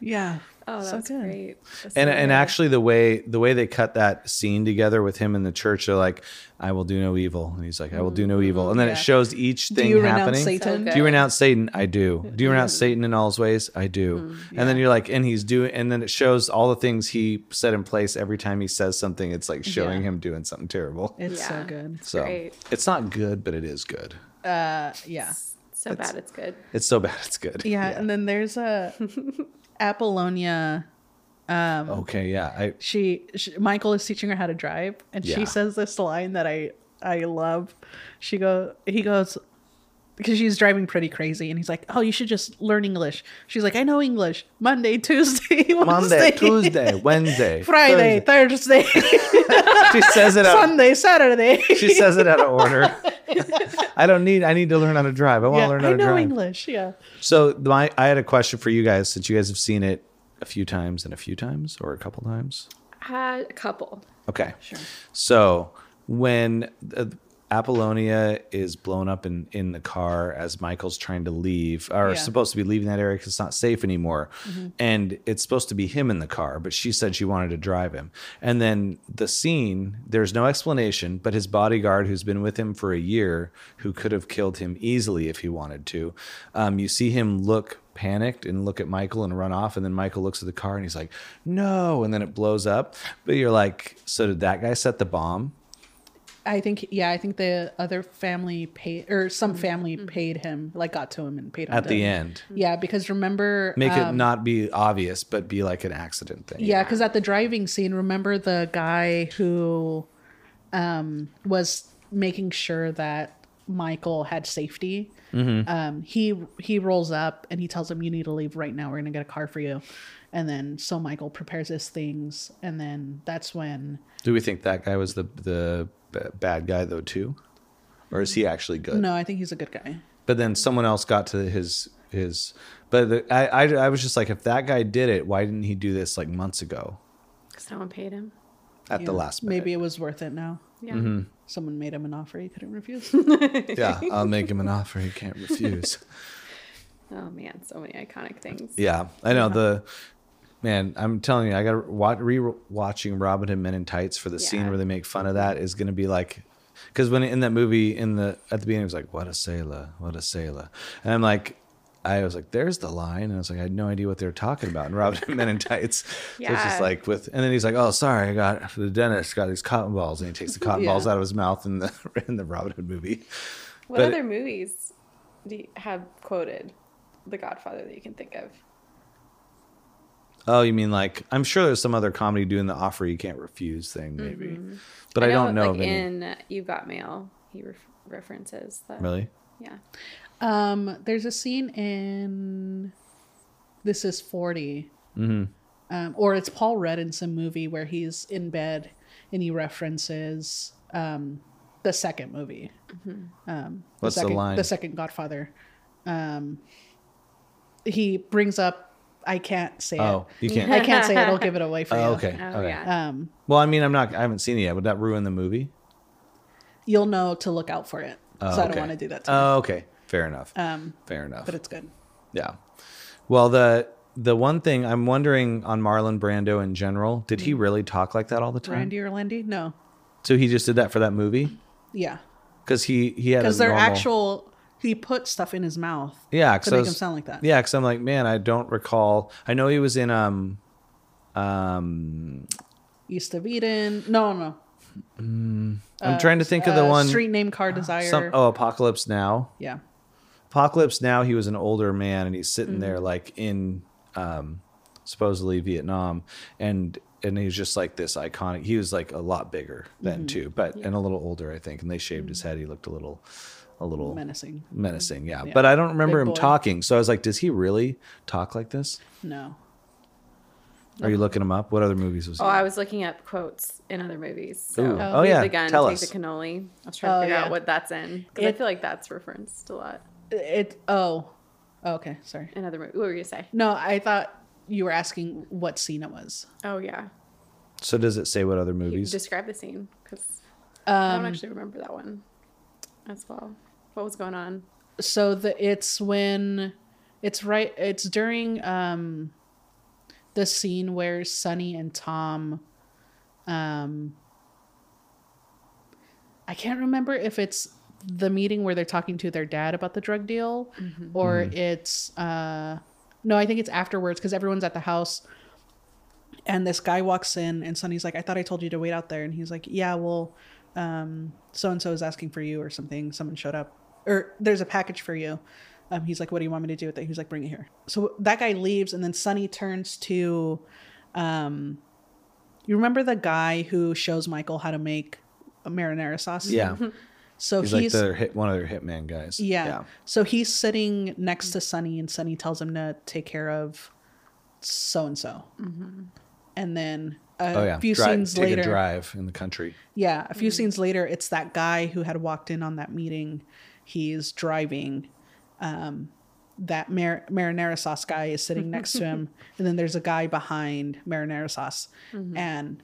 yeah
Oh,
So
that's
good.
great. That's
and
so
and
good.
actually the way the way they cut that scene together with him in the church they're like i will do no evil and he's like i will do no evil and then
Mm, Yeah.
it shows each
do
thing
you renounce
happening
satan
good.
do you renounce satan i do
<laughs>
do you renounce satan in all his ways i do
Mm-hmm.
and then you're like and he's doing and then it shows all the things he set in place every time he says something it's like showing
Yeah.
him doing something terrible
it's so
Yeah.
<laughs>
good
so
great.
it's not good but it is good
uh yeah
so bad it's good.
it's so bad <laughs> it's good
Yeah, and then there's <laughs> a Apollonia. um,
okay yeah
<laughs>
i
She, she Michael is teaching her how to drive, and
Yeah.
she says this line that I I love. She go he goes because she's driving pretty crazy, and he's like, "Oh, you should just learn English." She's like, "I know English. Monday, <laughs> Tuesday,
monday
Wednesday, <laughs>
tuesday wednesday
Friday, Thursday, <laughs>
Thursday. she says it out
Sunday, Saturday."
She says it out of
<laughs>
order. I don't need. I need to learn how to drive. I want
yeah,
to learn how
I
to
know
drive.
English. Yeah,
So my, I had a question for you guys since you guys have seen it a few times and a few times or a couple times.
Uh, a couple.
Okay. Sure. So when uh, Apollonia is blown up in, in the car as Michael's trying to leave, or
Yeah.
supposed to be leaving that area because it's not safe anymore, and it's supposed to be him in the car, but she said she wanted to drive him. And then the scene, there's no explanation, but his bodyguard, who's been with him for a year, who could have killed him easily if he wanted to, um, you see him look panicked and look at Michael and run off. And then Michael looks at the car and he's like, no. And then it blows up. But you're like, so did that guy set the bomb?
I think yeah, I think the other family paid or some family paid him, like got to him and paid him
at the
to-
end.
Yeah, because remember
Make
um,
it not be obvious, but be like an accident thing.
Yeah, because at the driving scene, remember the guy who um, was making sure that Michael had safety. Um, he he rolls up and he tells him, "You need to leave right now. We're gonna get a car for you." And then so Michael prepares his things, and then that's when
Do we think that guy was the the b- bad guy though too, or is he actually good?
no, I think he's a good guy.
But then someone else got to his his. But the, I, I I was just like, if that guy did it, why didn't he do this like months ago
because no one paid him.
at the last minute?
Maybe it was worth it now.
Yeah.
Mm-hmm.
Someone made him an offer he couldn't refuse. <laughs>
yeah, I'll make him an offer he can't refuse.
Oh man, so many iconic things.
Yeah, I know the man. I'm telling you, I got wa- re-watching Robin Hood Men in Tights for the scene
Yeah.
where they make fun of that is going to be like, because when in that movie in the at the beginning it was like, "What a sailor, what a sailor," and I'm like. I was like, "There's the line," and I was like, "I had no idea what they were talking about." And Robin Hood Men in Tights, so it's
Yeah.
just like with, and then he's like, "Oh, sorry, I got the dentist got these cotton balls," and he takes the cotton
Yeah.
balls out of his mouth in the <laughs> in the Robin Hood movie.
What
But-
other movies do you have quoted The Godfather that you can think of?
Oh, you mean like I'm sure there's some other comedy doing the offer you can't refuse thing, maybe. But I, don't know
Mm-hmm. Like
of any.
in You've Got Mail, he ref references that.
Really?
Yeah.
Um, there's a scene in This Is 40.
Mm-hmm.
Um, or it's Paul Rudd in some movie where he's in bed and he references um, the second movie. Um,
What's the
second,
line?
The second Godfather. Um, he brings up, I can't say
Oh,
it.
you can't.
I can't say it. I'll give it away for you.
Oh, okay.
Oh
okay.
yeah.
Um,
Well, I mean, I'm not. I haven't seen it yet. Would that ruin the movie?
you'll know to look out for it.
Oh,
so I
okay.
don't want to do that to you,
Oh, okay. Fair enough.
Um,
Fair enough.
but it's good.
Yeah. Well, the the one thing I'm wondering on Marlon Brando in general, did
Mm-hmm.
he really talk like that all the time?
Randy or Landy? No.
So he just did that for that movie
Yeah.
because he he had a
because they're
normal-
actual he put stuff in his mouth
yeah
to
'cause I
make
was-
him sound like that
Yeah, because I'm like, man, I don't recall. I know he was in um um.
east of eden no no
I'm trying to think of the
Uh,
one.
street name car
<gasps>
desire
some, oh, Apocalypse Now.
yeah
Apocalypse Now, he was an older man and he's
Mm-hmm.
sitting there like in um, supposedly Vietnam, and and he was just like this iconic. He was like a lot bigger then
Mm-hmm.
too, but and a little older, I think. And they shaved his head. He looked a little, a little
menacing
menacing. Yeah. but I don't remember
Big
him
boy.
talking. So I was like, does he really talk like this?
no
Are you looking him up? What other movies was he?
Oh,
in?
I was looking up quotes in other movies. So
Ooh. Oh,
Leave
yeah.
the gun,
Tell
take
us.
the cannoli. I was trying
Oh,
to figure
yeah.
out what that's in because I
It-
feel like that's referenced a lot
it oh okay sorry
in other movies. What were you gonna say?
no i thought you were asking what scene it was
Oh yeah,
so does it say what other movies?
describe the scene because I don't
um
actually remember that one as well. What was going on?
so the it's when it's right it's during um the scene where Sonny and Tom um I can't remember if it's the meeting where they're talking to their dad about the drug deal or it's uh no, I think it's afterwards because everyone's at the house and this guy walks in and Sonny's like, I thought I told you to wait out there and he's like, Yeah, well, um, so and so is asking for you or something. Someone showed up, or there's a package for you. Um, he's like, What do you want me to do with it? He's like, Bring it here. So that guy leaves, and then Sonny turns to, um, you remember the guy who shows Michael how to make a marinara sauce?
yeah,
<laughs> So
he's
he's,
like their hit, one of their hitman guys.
yeah. So he's sitting next to Sonny, and Sonny tells him to take care of so and so. And then a
Mm-hmm. Oh yeah.
few
Dri-
scenes
take
later,
a drive in the country.
yeah, a few scenes later, it's that guy who had walked in on that meeting. He's driving. Um, that mar- marinara sauce guy is sitting next to him, and then there's a guy behind marinara sauce, and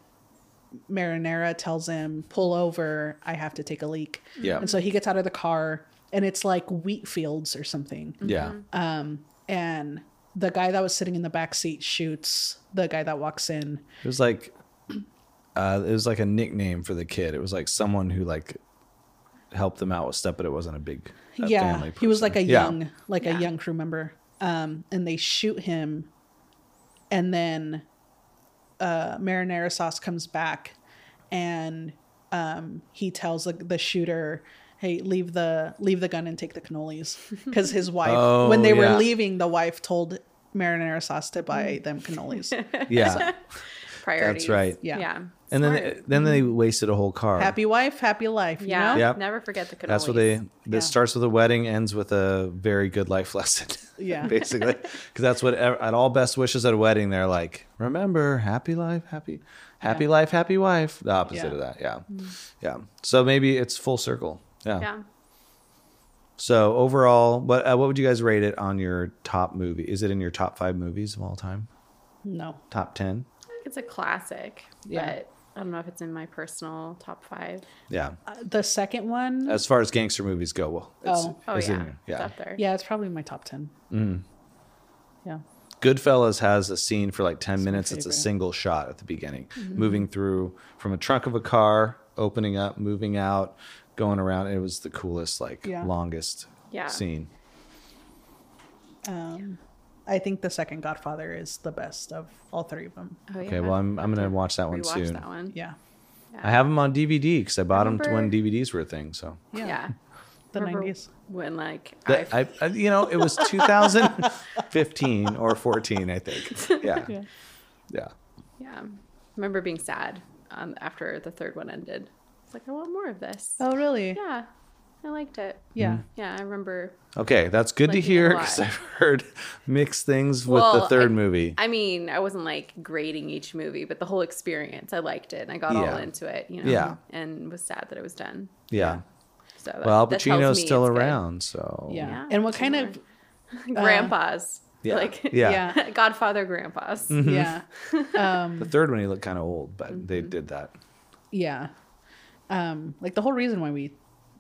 marinara tells him, "Pull over, I have to take a leak."
Yeah.
and so he gets out of the car, and it's like wheat fields or something,
Yeah.
Uh, and the guy that was sitting in the back seat shoots the guy that walks in.
It was like uh, it was like a nickname for the kid. It was like someone who like helped them out with stuff, but it wasn't a big a
yeah
family
he was
person.
like a
Yeah.
young like a young crew member um and they shoot him and then uh marinara sauce comes back and um, he tells the, the shooter, "Hey, leave the leave the gun and take
<laughs>
the cannolis," because his wife,
Oh,
when they
yeah.
were leaving, the wife told marinara sauce
<laughs>
to buy them cannolis. <laughs>
Yeah.
Priorities.
right.
Yeah.
Yeah.
and then
Smart.
then they wasted a whole car.
Mm-hmm. happy wife, happy life.
yeah.
You know?
Yep.
Never forget the cannolis.
That's what they. This
Yeah.
starts with a wedding, ends with a very good life <laughs> lesson.
Yeah.
basically, because that's what ev- at all best wishes at a wedding they're like. Remember, happy life, happy, happy
Yeah.
life, happy wife. The opposite
Yeah. Mm.
of that. Yeah, yeah. So maybe it's full circle. Yeah.
Yeah.
So overall, what uh, what would you guys rate it on your top movie? Is it in your top five movies of all time?
No.
Top ten?
It's a classic,
Yeah.
but I don't know if it's in my personal top five.
Yeah.
Uh, the second one,
As far as gangster movies go, well, it's,
Oh.
Oh,
it's
yeah.
in your-
It's
yeah.
up there.
yeah, it's probably my top ten.
Mm.
Yeah.
Goodfellas has a scene for like 10 minutes. It's a
favorite. Mm-hmm.
single shot at the beginning, moving through from a trunk of a car, opening up, moving out, going around. It was the coolest, like
Yeah.
longest
Yeah.
scene.
Um, I think the second Godfather is the best of all three of them.
Oh,
Okay,
yeah.
well, I'm, I'm going to watch that one
Rewatch
soon.
that one.
Yeah.
I have them on DVD because I bought them when
Remember-
DVDs were a thing. So
Yeah.
The
Remember
nineties.
When, like,
That-
I,
I, I, you know, it
<laughs>
was 2015 or 14, I
<laughs>
think. Yeah. Yeah.
Yeah.
yeah. remember being sad um, after the third one ended. It's like, I want more of this.
Oh really?
Yeah. I liked it.
Yeah.
Mm-hmm.
Yeah. I remember.
Okay, that's good to
Liking it a
hear <laughs>
lot.
because I've heard mixed things with the
Well,
third
I-
movie.
I mean, I wasn't like grading each movie, but the whole experience, I liked it and I got all
Yeah.
into it, you know,
Yeah.
and was sad that it was done.
yeah.
So that,
Well, Al
that tells
Pacino's
me
still
it's good.
around, so
Yeah.
Yeah,
And what kind
similar. <laughs>
of
Grandpas.
Yeah. <laughs>
Like,
Yeah. Mm-hmm.
<laughs>
Yeah.
Godfather grandpas.
yeah.
The
Um
third one, he looked kind of old, but they
Mm-hmm.
did that.
yeah. Um like the whole reason why we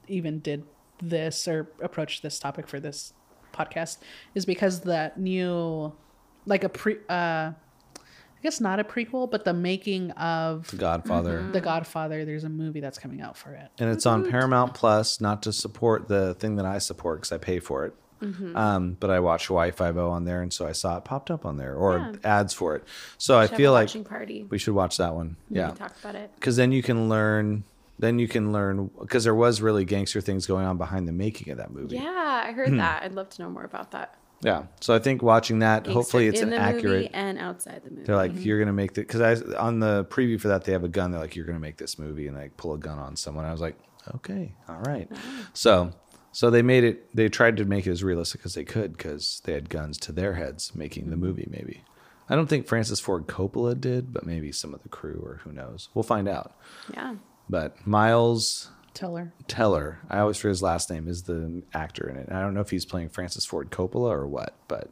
even did this or approached this topic for this podcast is because that new like a pre uh I guess not a prequel, but the making of
The
Mm-hmm.
Godfather,
The Godfather, there's a movie that's coming out for it.
and it's on Paramount Plus. Not to support the thing that I support because I pay for it,
Mm-hmm.
um, but I watch Hawaii Five O on there, and so I saw it popped up on there or
Yeah.
ads for it. So I
Should have
feel
a
like
watching party.
we should watch that one.
We
Yeah,
can talk about it.
because then you can learn. Then you can learn because there was really gangster things going on behind the making of that movie.
Yeah, I
Hmm.
heard that. I'd love to know more about that.
Yeah. So I think watching that, hopefully, it's
in
an
the
accurate.
movie and outside the movie.
They're like, you're gonna make the because I on the preview for that they have a gun. They're like, you're gonna make this movie and like pull a gun on someone. I was like, okay, all right. So so they made it. They tried to make it as realistic as they could because they had guns to their heads making the movie. Maybe I don't think Francis Ford Coppola did, but maybe some of the crew or who knows. We'll find out.
yeah,
But Miles
Tell her.
Teller, I always forget his last name, is the actor in it. And I don't know if he's playing Francis Ford Coppola or what, but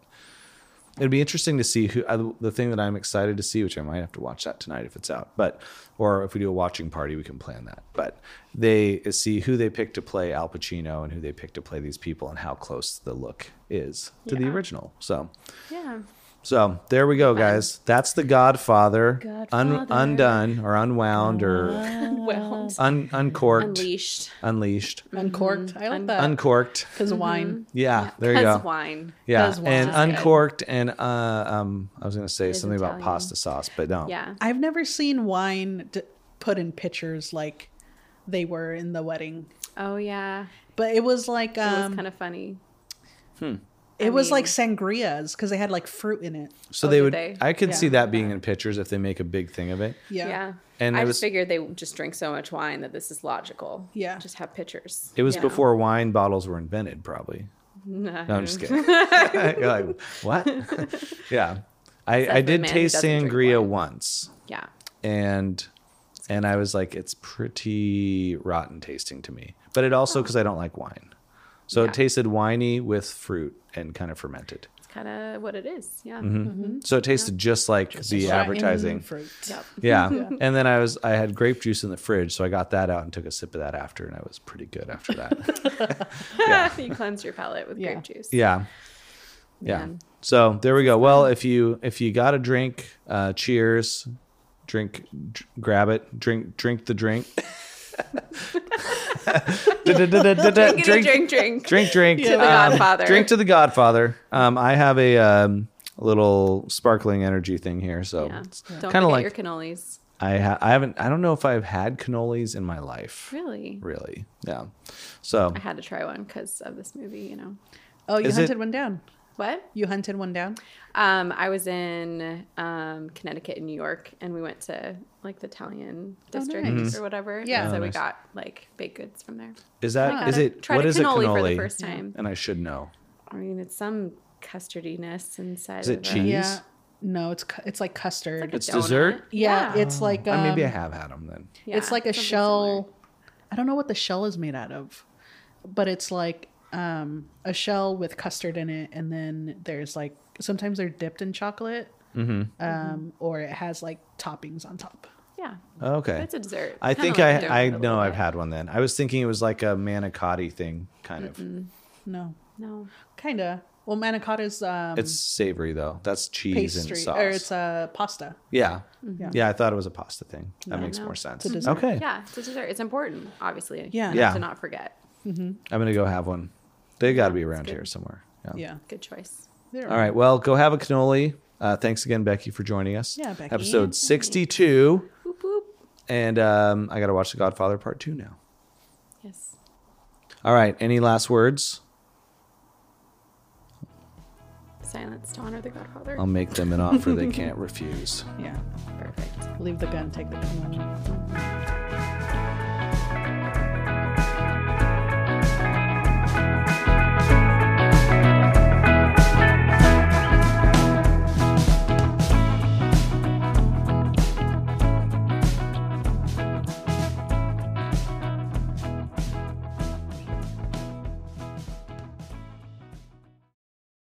it'd be interesting to see who. I, the thing that I'm excited to see, which I might have to watch that tonight if it's out, but or if we do a watching party, we can plan that. But they uh, see who they pick to play Al Pacino and who they pick to play these people and how close the look is to the
Yeah.
original. So.
yeah.
So there we go, guys. That's the Godfather, Un-
Godfather.
undone or unwound or
Well,
un- uncorked,
Unleashed.
unleashed,
uncorked. I like that.
uncorked.
because wine.
Yeah, there you
Uh, That's
go.
wine.
Yeah,
That's
and
wine.
uncorked, and uh, um, I was gonna say
is
something about
Italian.
pasta sauce, but no.
Yeah,
I've never seen wine d- put in pictures like they were in the wedding,
Oh yeah,
but it was like
it
um, it
was
was,
kind of funny.
like sangrias because they had like fruit in it.
So
Oh,
they
did
would.
they?
I could
Yeah.
see that being in pictures if they make a big thing of it.
Yeah,
Yeah,
yeah,
And
I
it
just
was-
figured they just drink so much wine that this is logical.
Yeah.
just have pictures.
It was
you know? <laughs>
before wine bottles were invented, probably. No, I'm just
Mm.
kidding. <laughs> You're like,
<laughs>
what? yeah, I, I
the
did
man who
taste
doesn't drink
sangria
wine.
once,
yeah,
and and I was like, it's pretty rotten tasting to me. But it also because I don't like wine, so
Yeah.
it tasted winey with fruit and kind of fermented.
it's kind of what it is. Yeah.
Mm-hmm.
Mm-hmm.
Mm-hmm.
So it tasted just like the
Wine and
advertising.
fruit.
Yep.
Yeah. And then I was I had grape juice in the fridge, so I got that out and took a sip of that after and I was pretty good after that.
<laughs> you cleanse your palate with
Yeah.
grape juice.
yeah. Yeah.
Man.
So there we go. Well, if you if you got a drink, uh cheers. Drink dr- grab it. Drink drink the
<laughs>
drink.
<laughs> Drink, drink, drink, drink.
drink drink Um,
the Godfather.
drink to the godfather um i have a um little sparkling energy thing here <laughs> so
Yeah.
it's
Don't
kind
forget
of like
your cannolis.
I ha- I haven't. I don't know if I've had cannolis in my life.
Really?
Really? Yeah. So
I had to try one because of this movie, you know.
Oh, you
Is it-
hunted one down.
What?
You hunted one down.
Um, I was in um, Connecticut and New York, and we went to like the Italian district
Oh, nice.
or whatever.
Yeah.
and so
Oh,
we
nice.
got like baked goods from there.
is that
Got
is
a-
it
tried
what
a
is
cannoli
a cannoli?
for the first time?
And I should know.
I mean, it's some custardiness inside.
Is it
of
cheese?
Yeah. No, it's cu- it's like custard.
like a
It's dessert?
donut.
yeah, it's like um,
Uh, maybe I have had them then.
Yeah,
it's like a
something
shell.
similar.
I don't know what the shell is made out of, but it's like um, a shell with custard in it, and then there's like sometimes they're dipped in chocolate,
Mm-hmm.
um, or it has like toppings on top.
Yeah,
Okay.
it's a dessert.
I
Kinda
think
like a donut
I I
a little
know I've
bit.
had one then. I was thinking it was like a manicotti thing, kind
Mm-hmm.
of.
No,
No,
kinda. Well, manicotta's um,
It's savory though. That's cheese and
pastry,
sauce.
or it's uh, pasta.
yeah.
Yeah.
yeah, I thought it was a pasta thing. That makes
no.
more sense.
It's a dessert.
Okay,
yeah, it's a dessert. It's important, obviously.
Yeah.
enough
Yeah.
To not forget.
I'm gonna go have one. They got to be around
good.
here somewhere.
Yeah.
Good choice.
They're-
All right. Well, go have a cannoli. Uh, thanks again, Becky, for joining us.
Yeah, Becky.
Episode 62.
Boop boop.
And um, I got to watch The Godfather Part 2 now.
Yes.
All right. Any last words?
Silence to honor the Godfather.
I'll make
<laughs>
them an offer they can't refuse.
Yeah.
Perfect.
Leave the gun, take the gun.
Bye.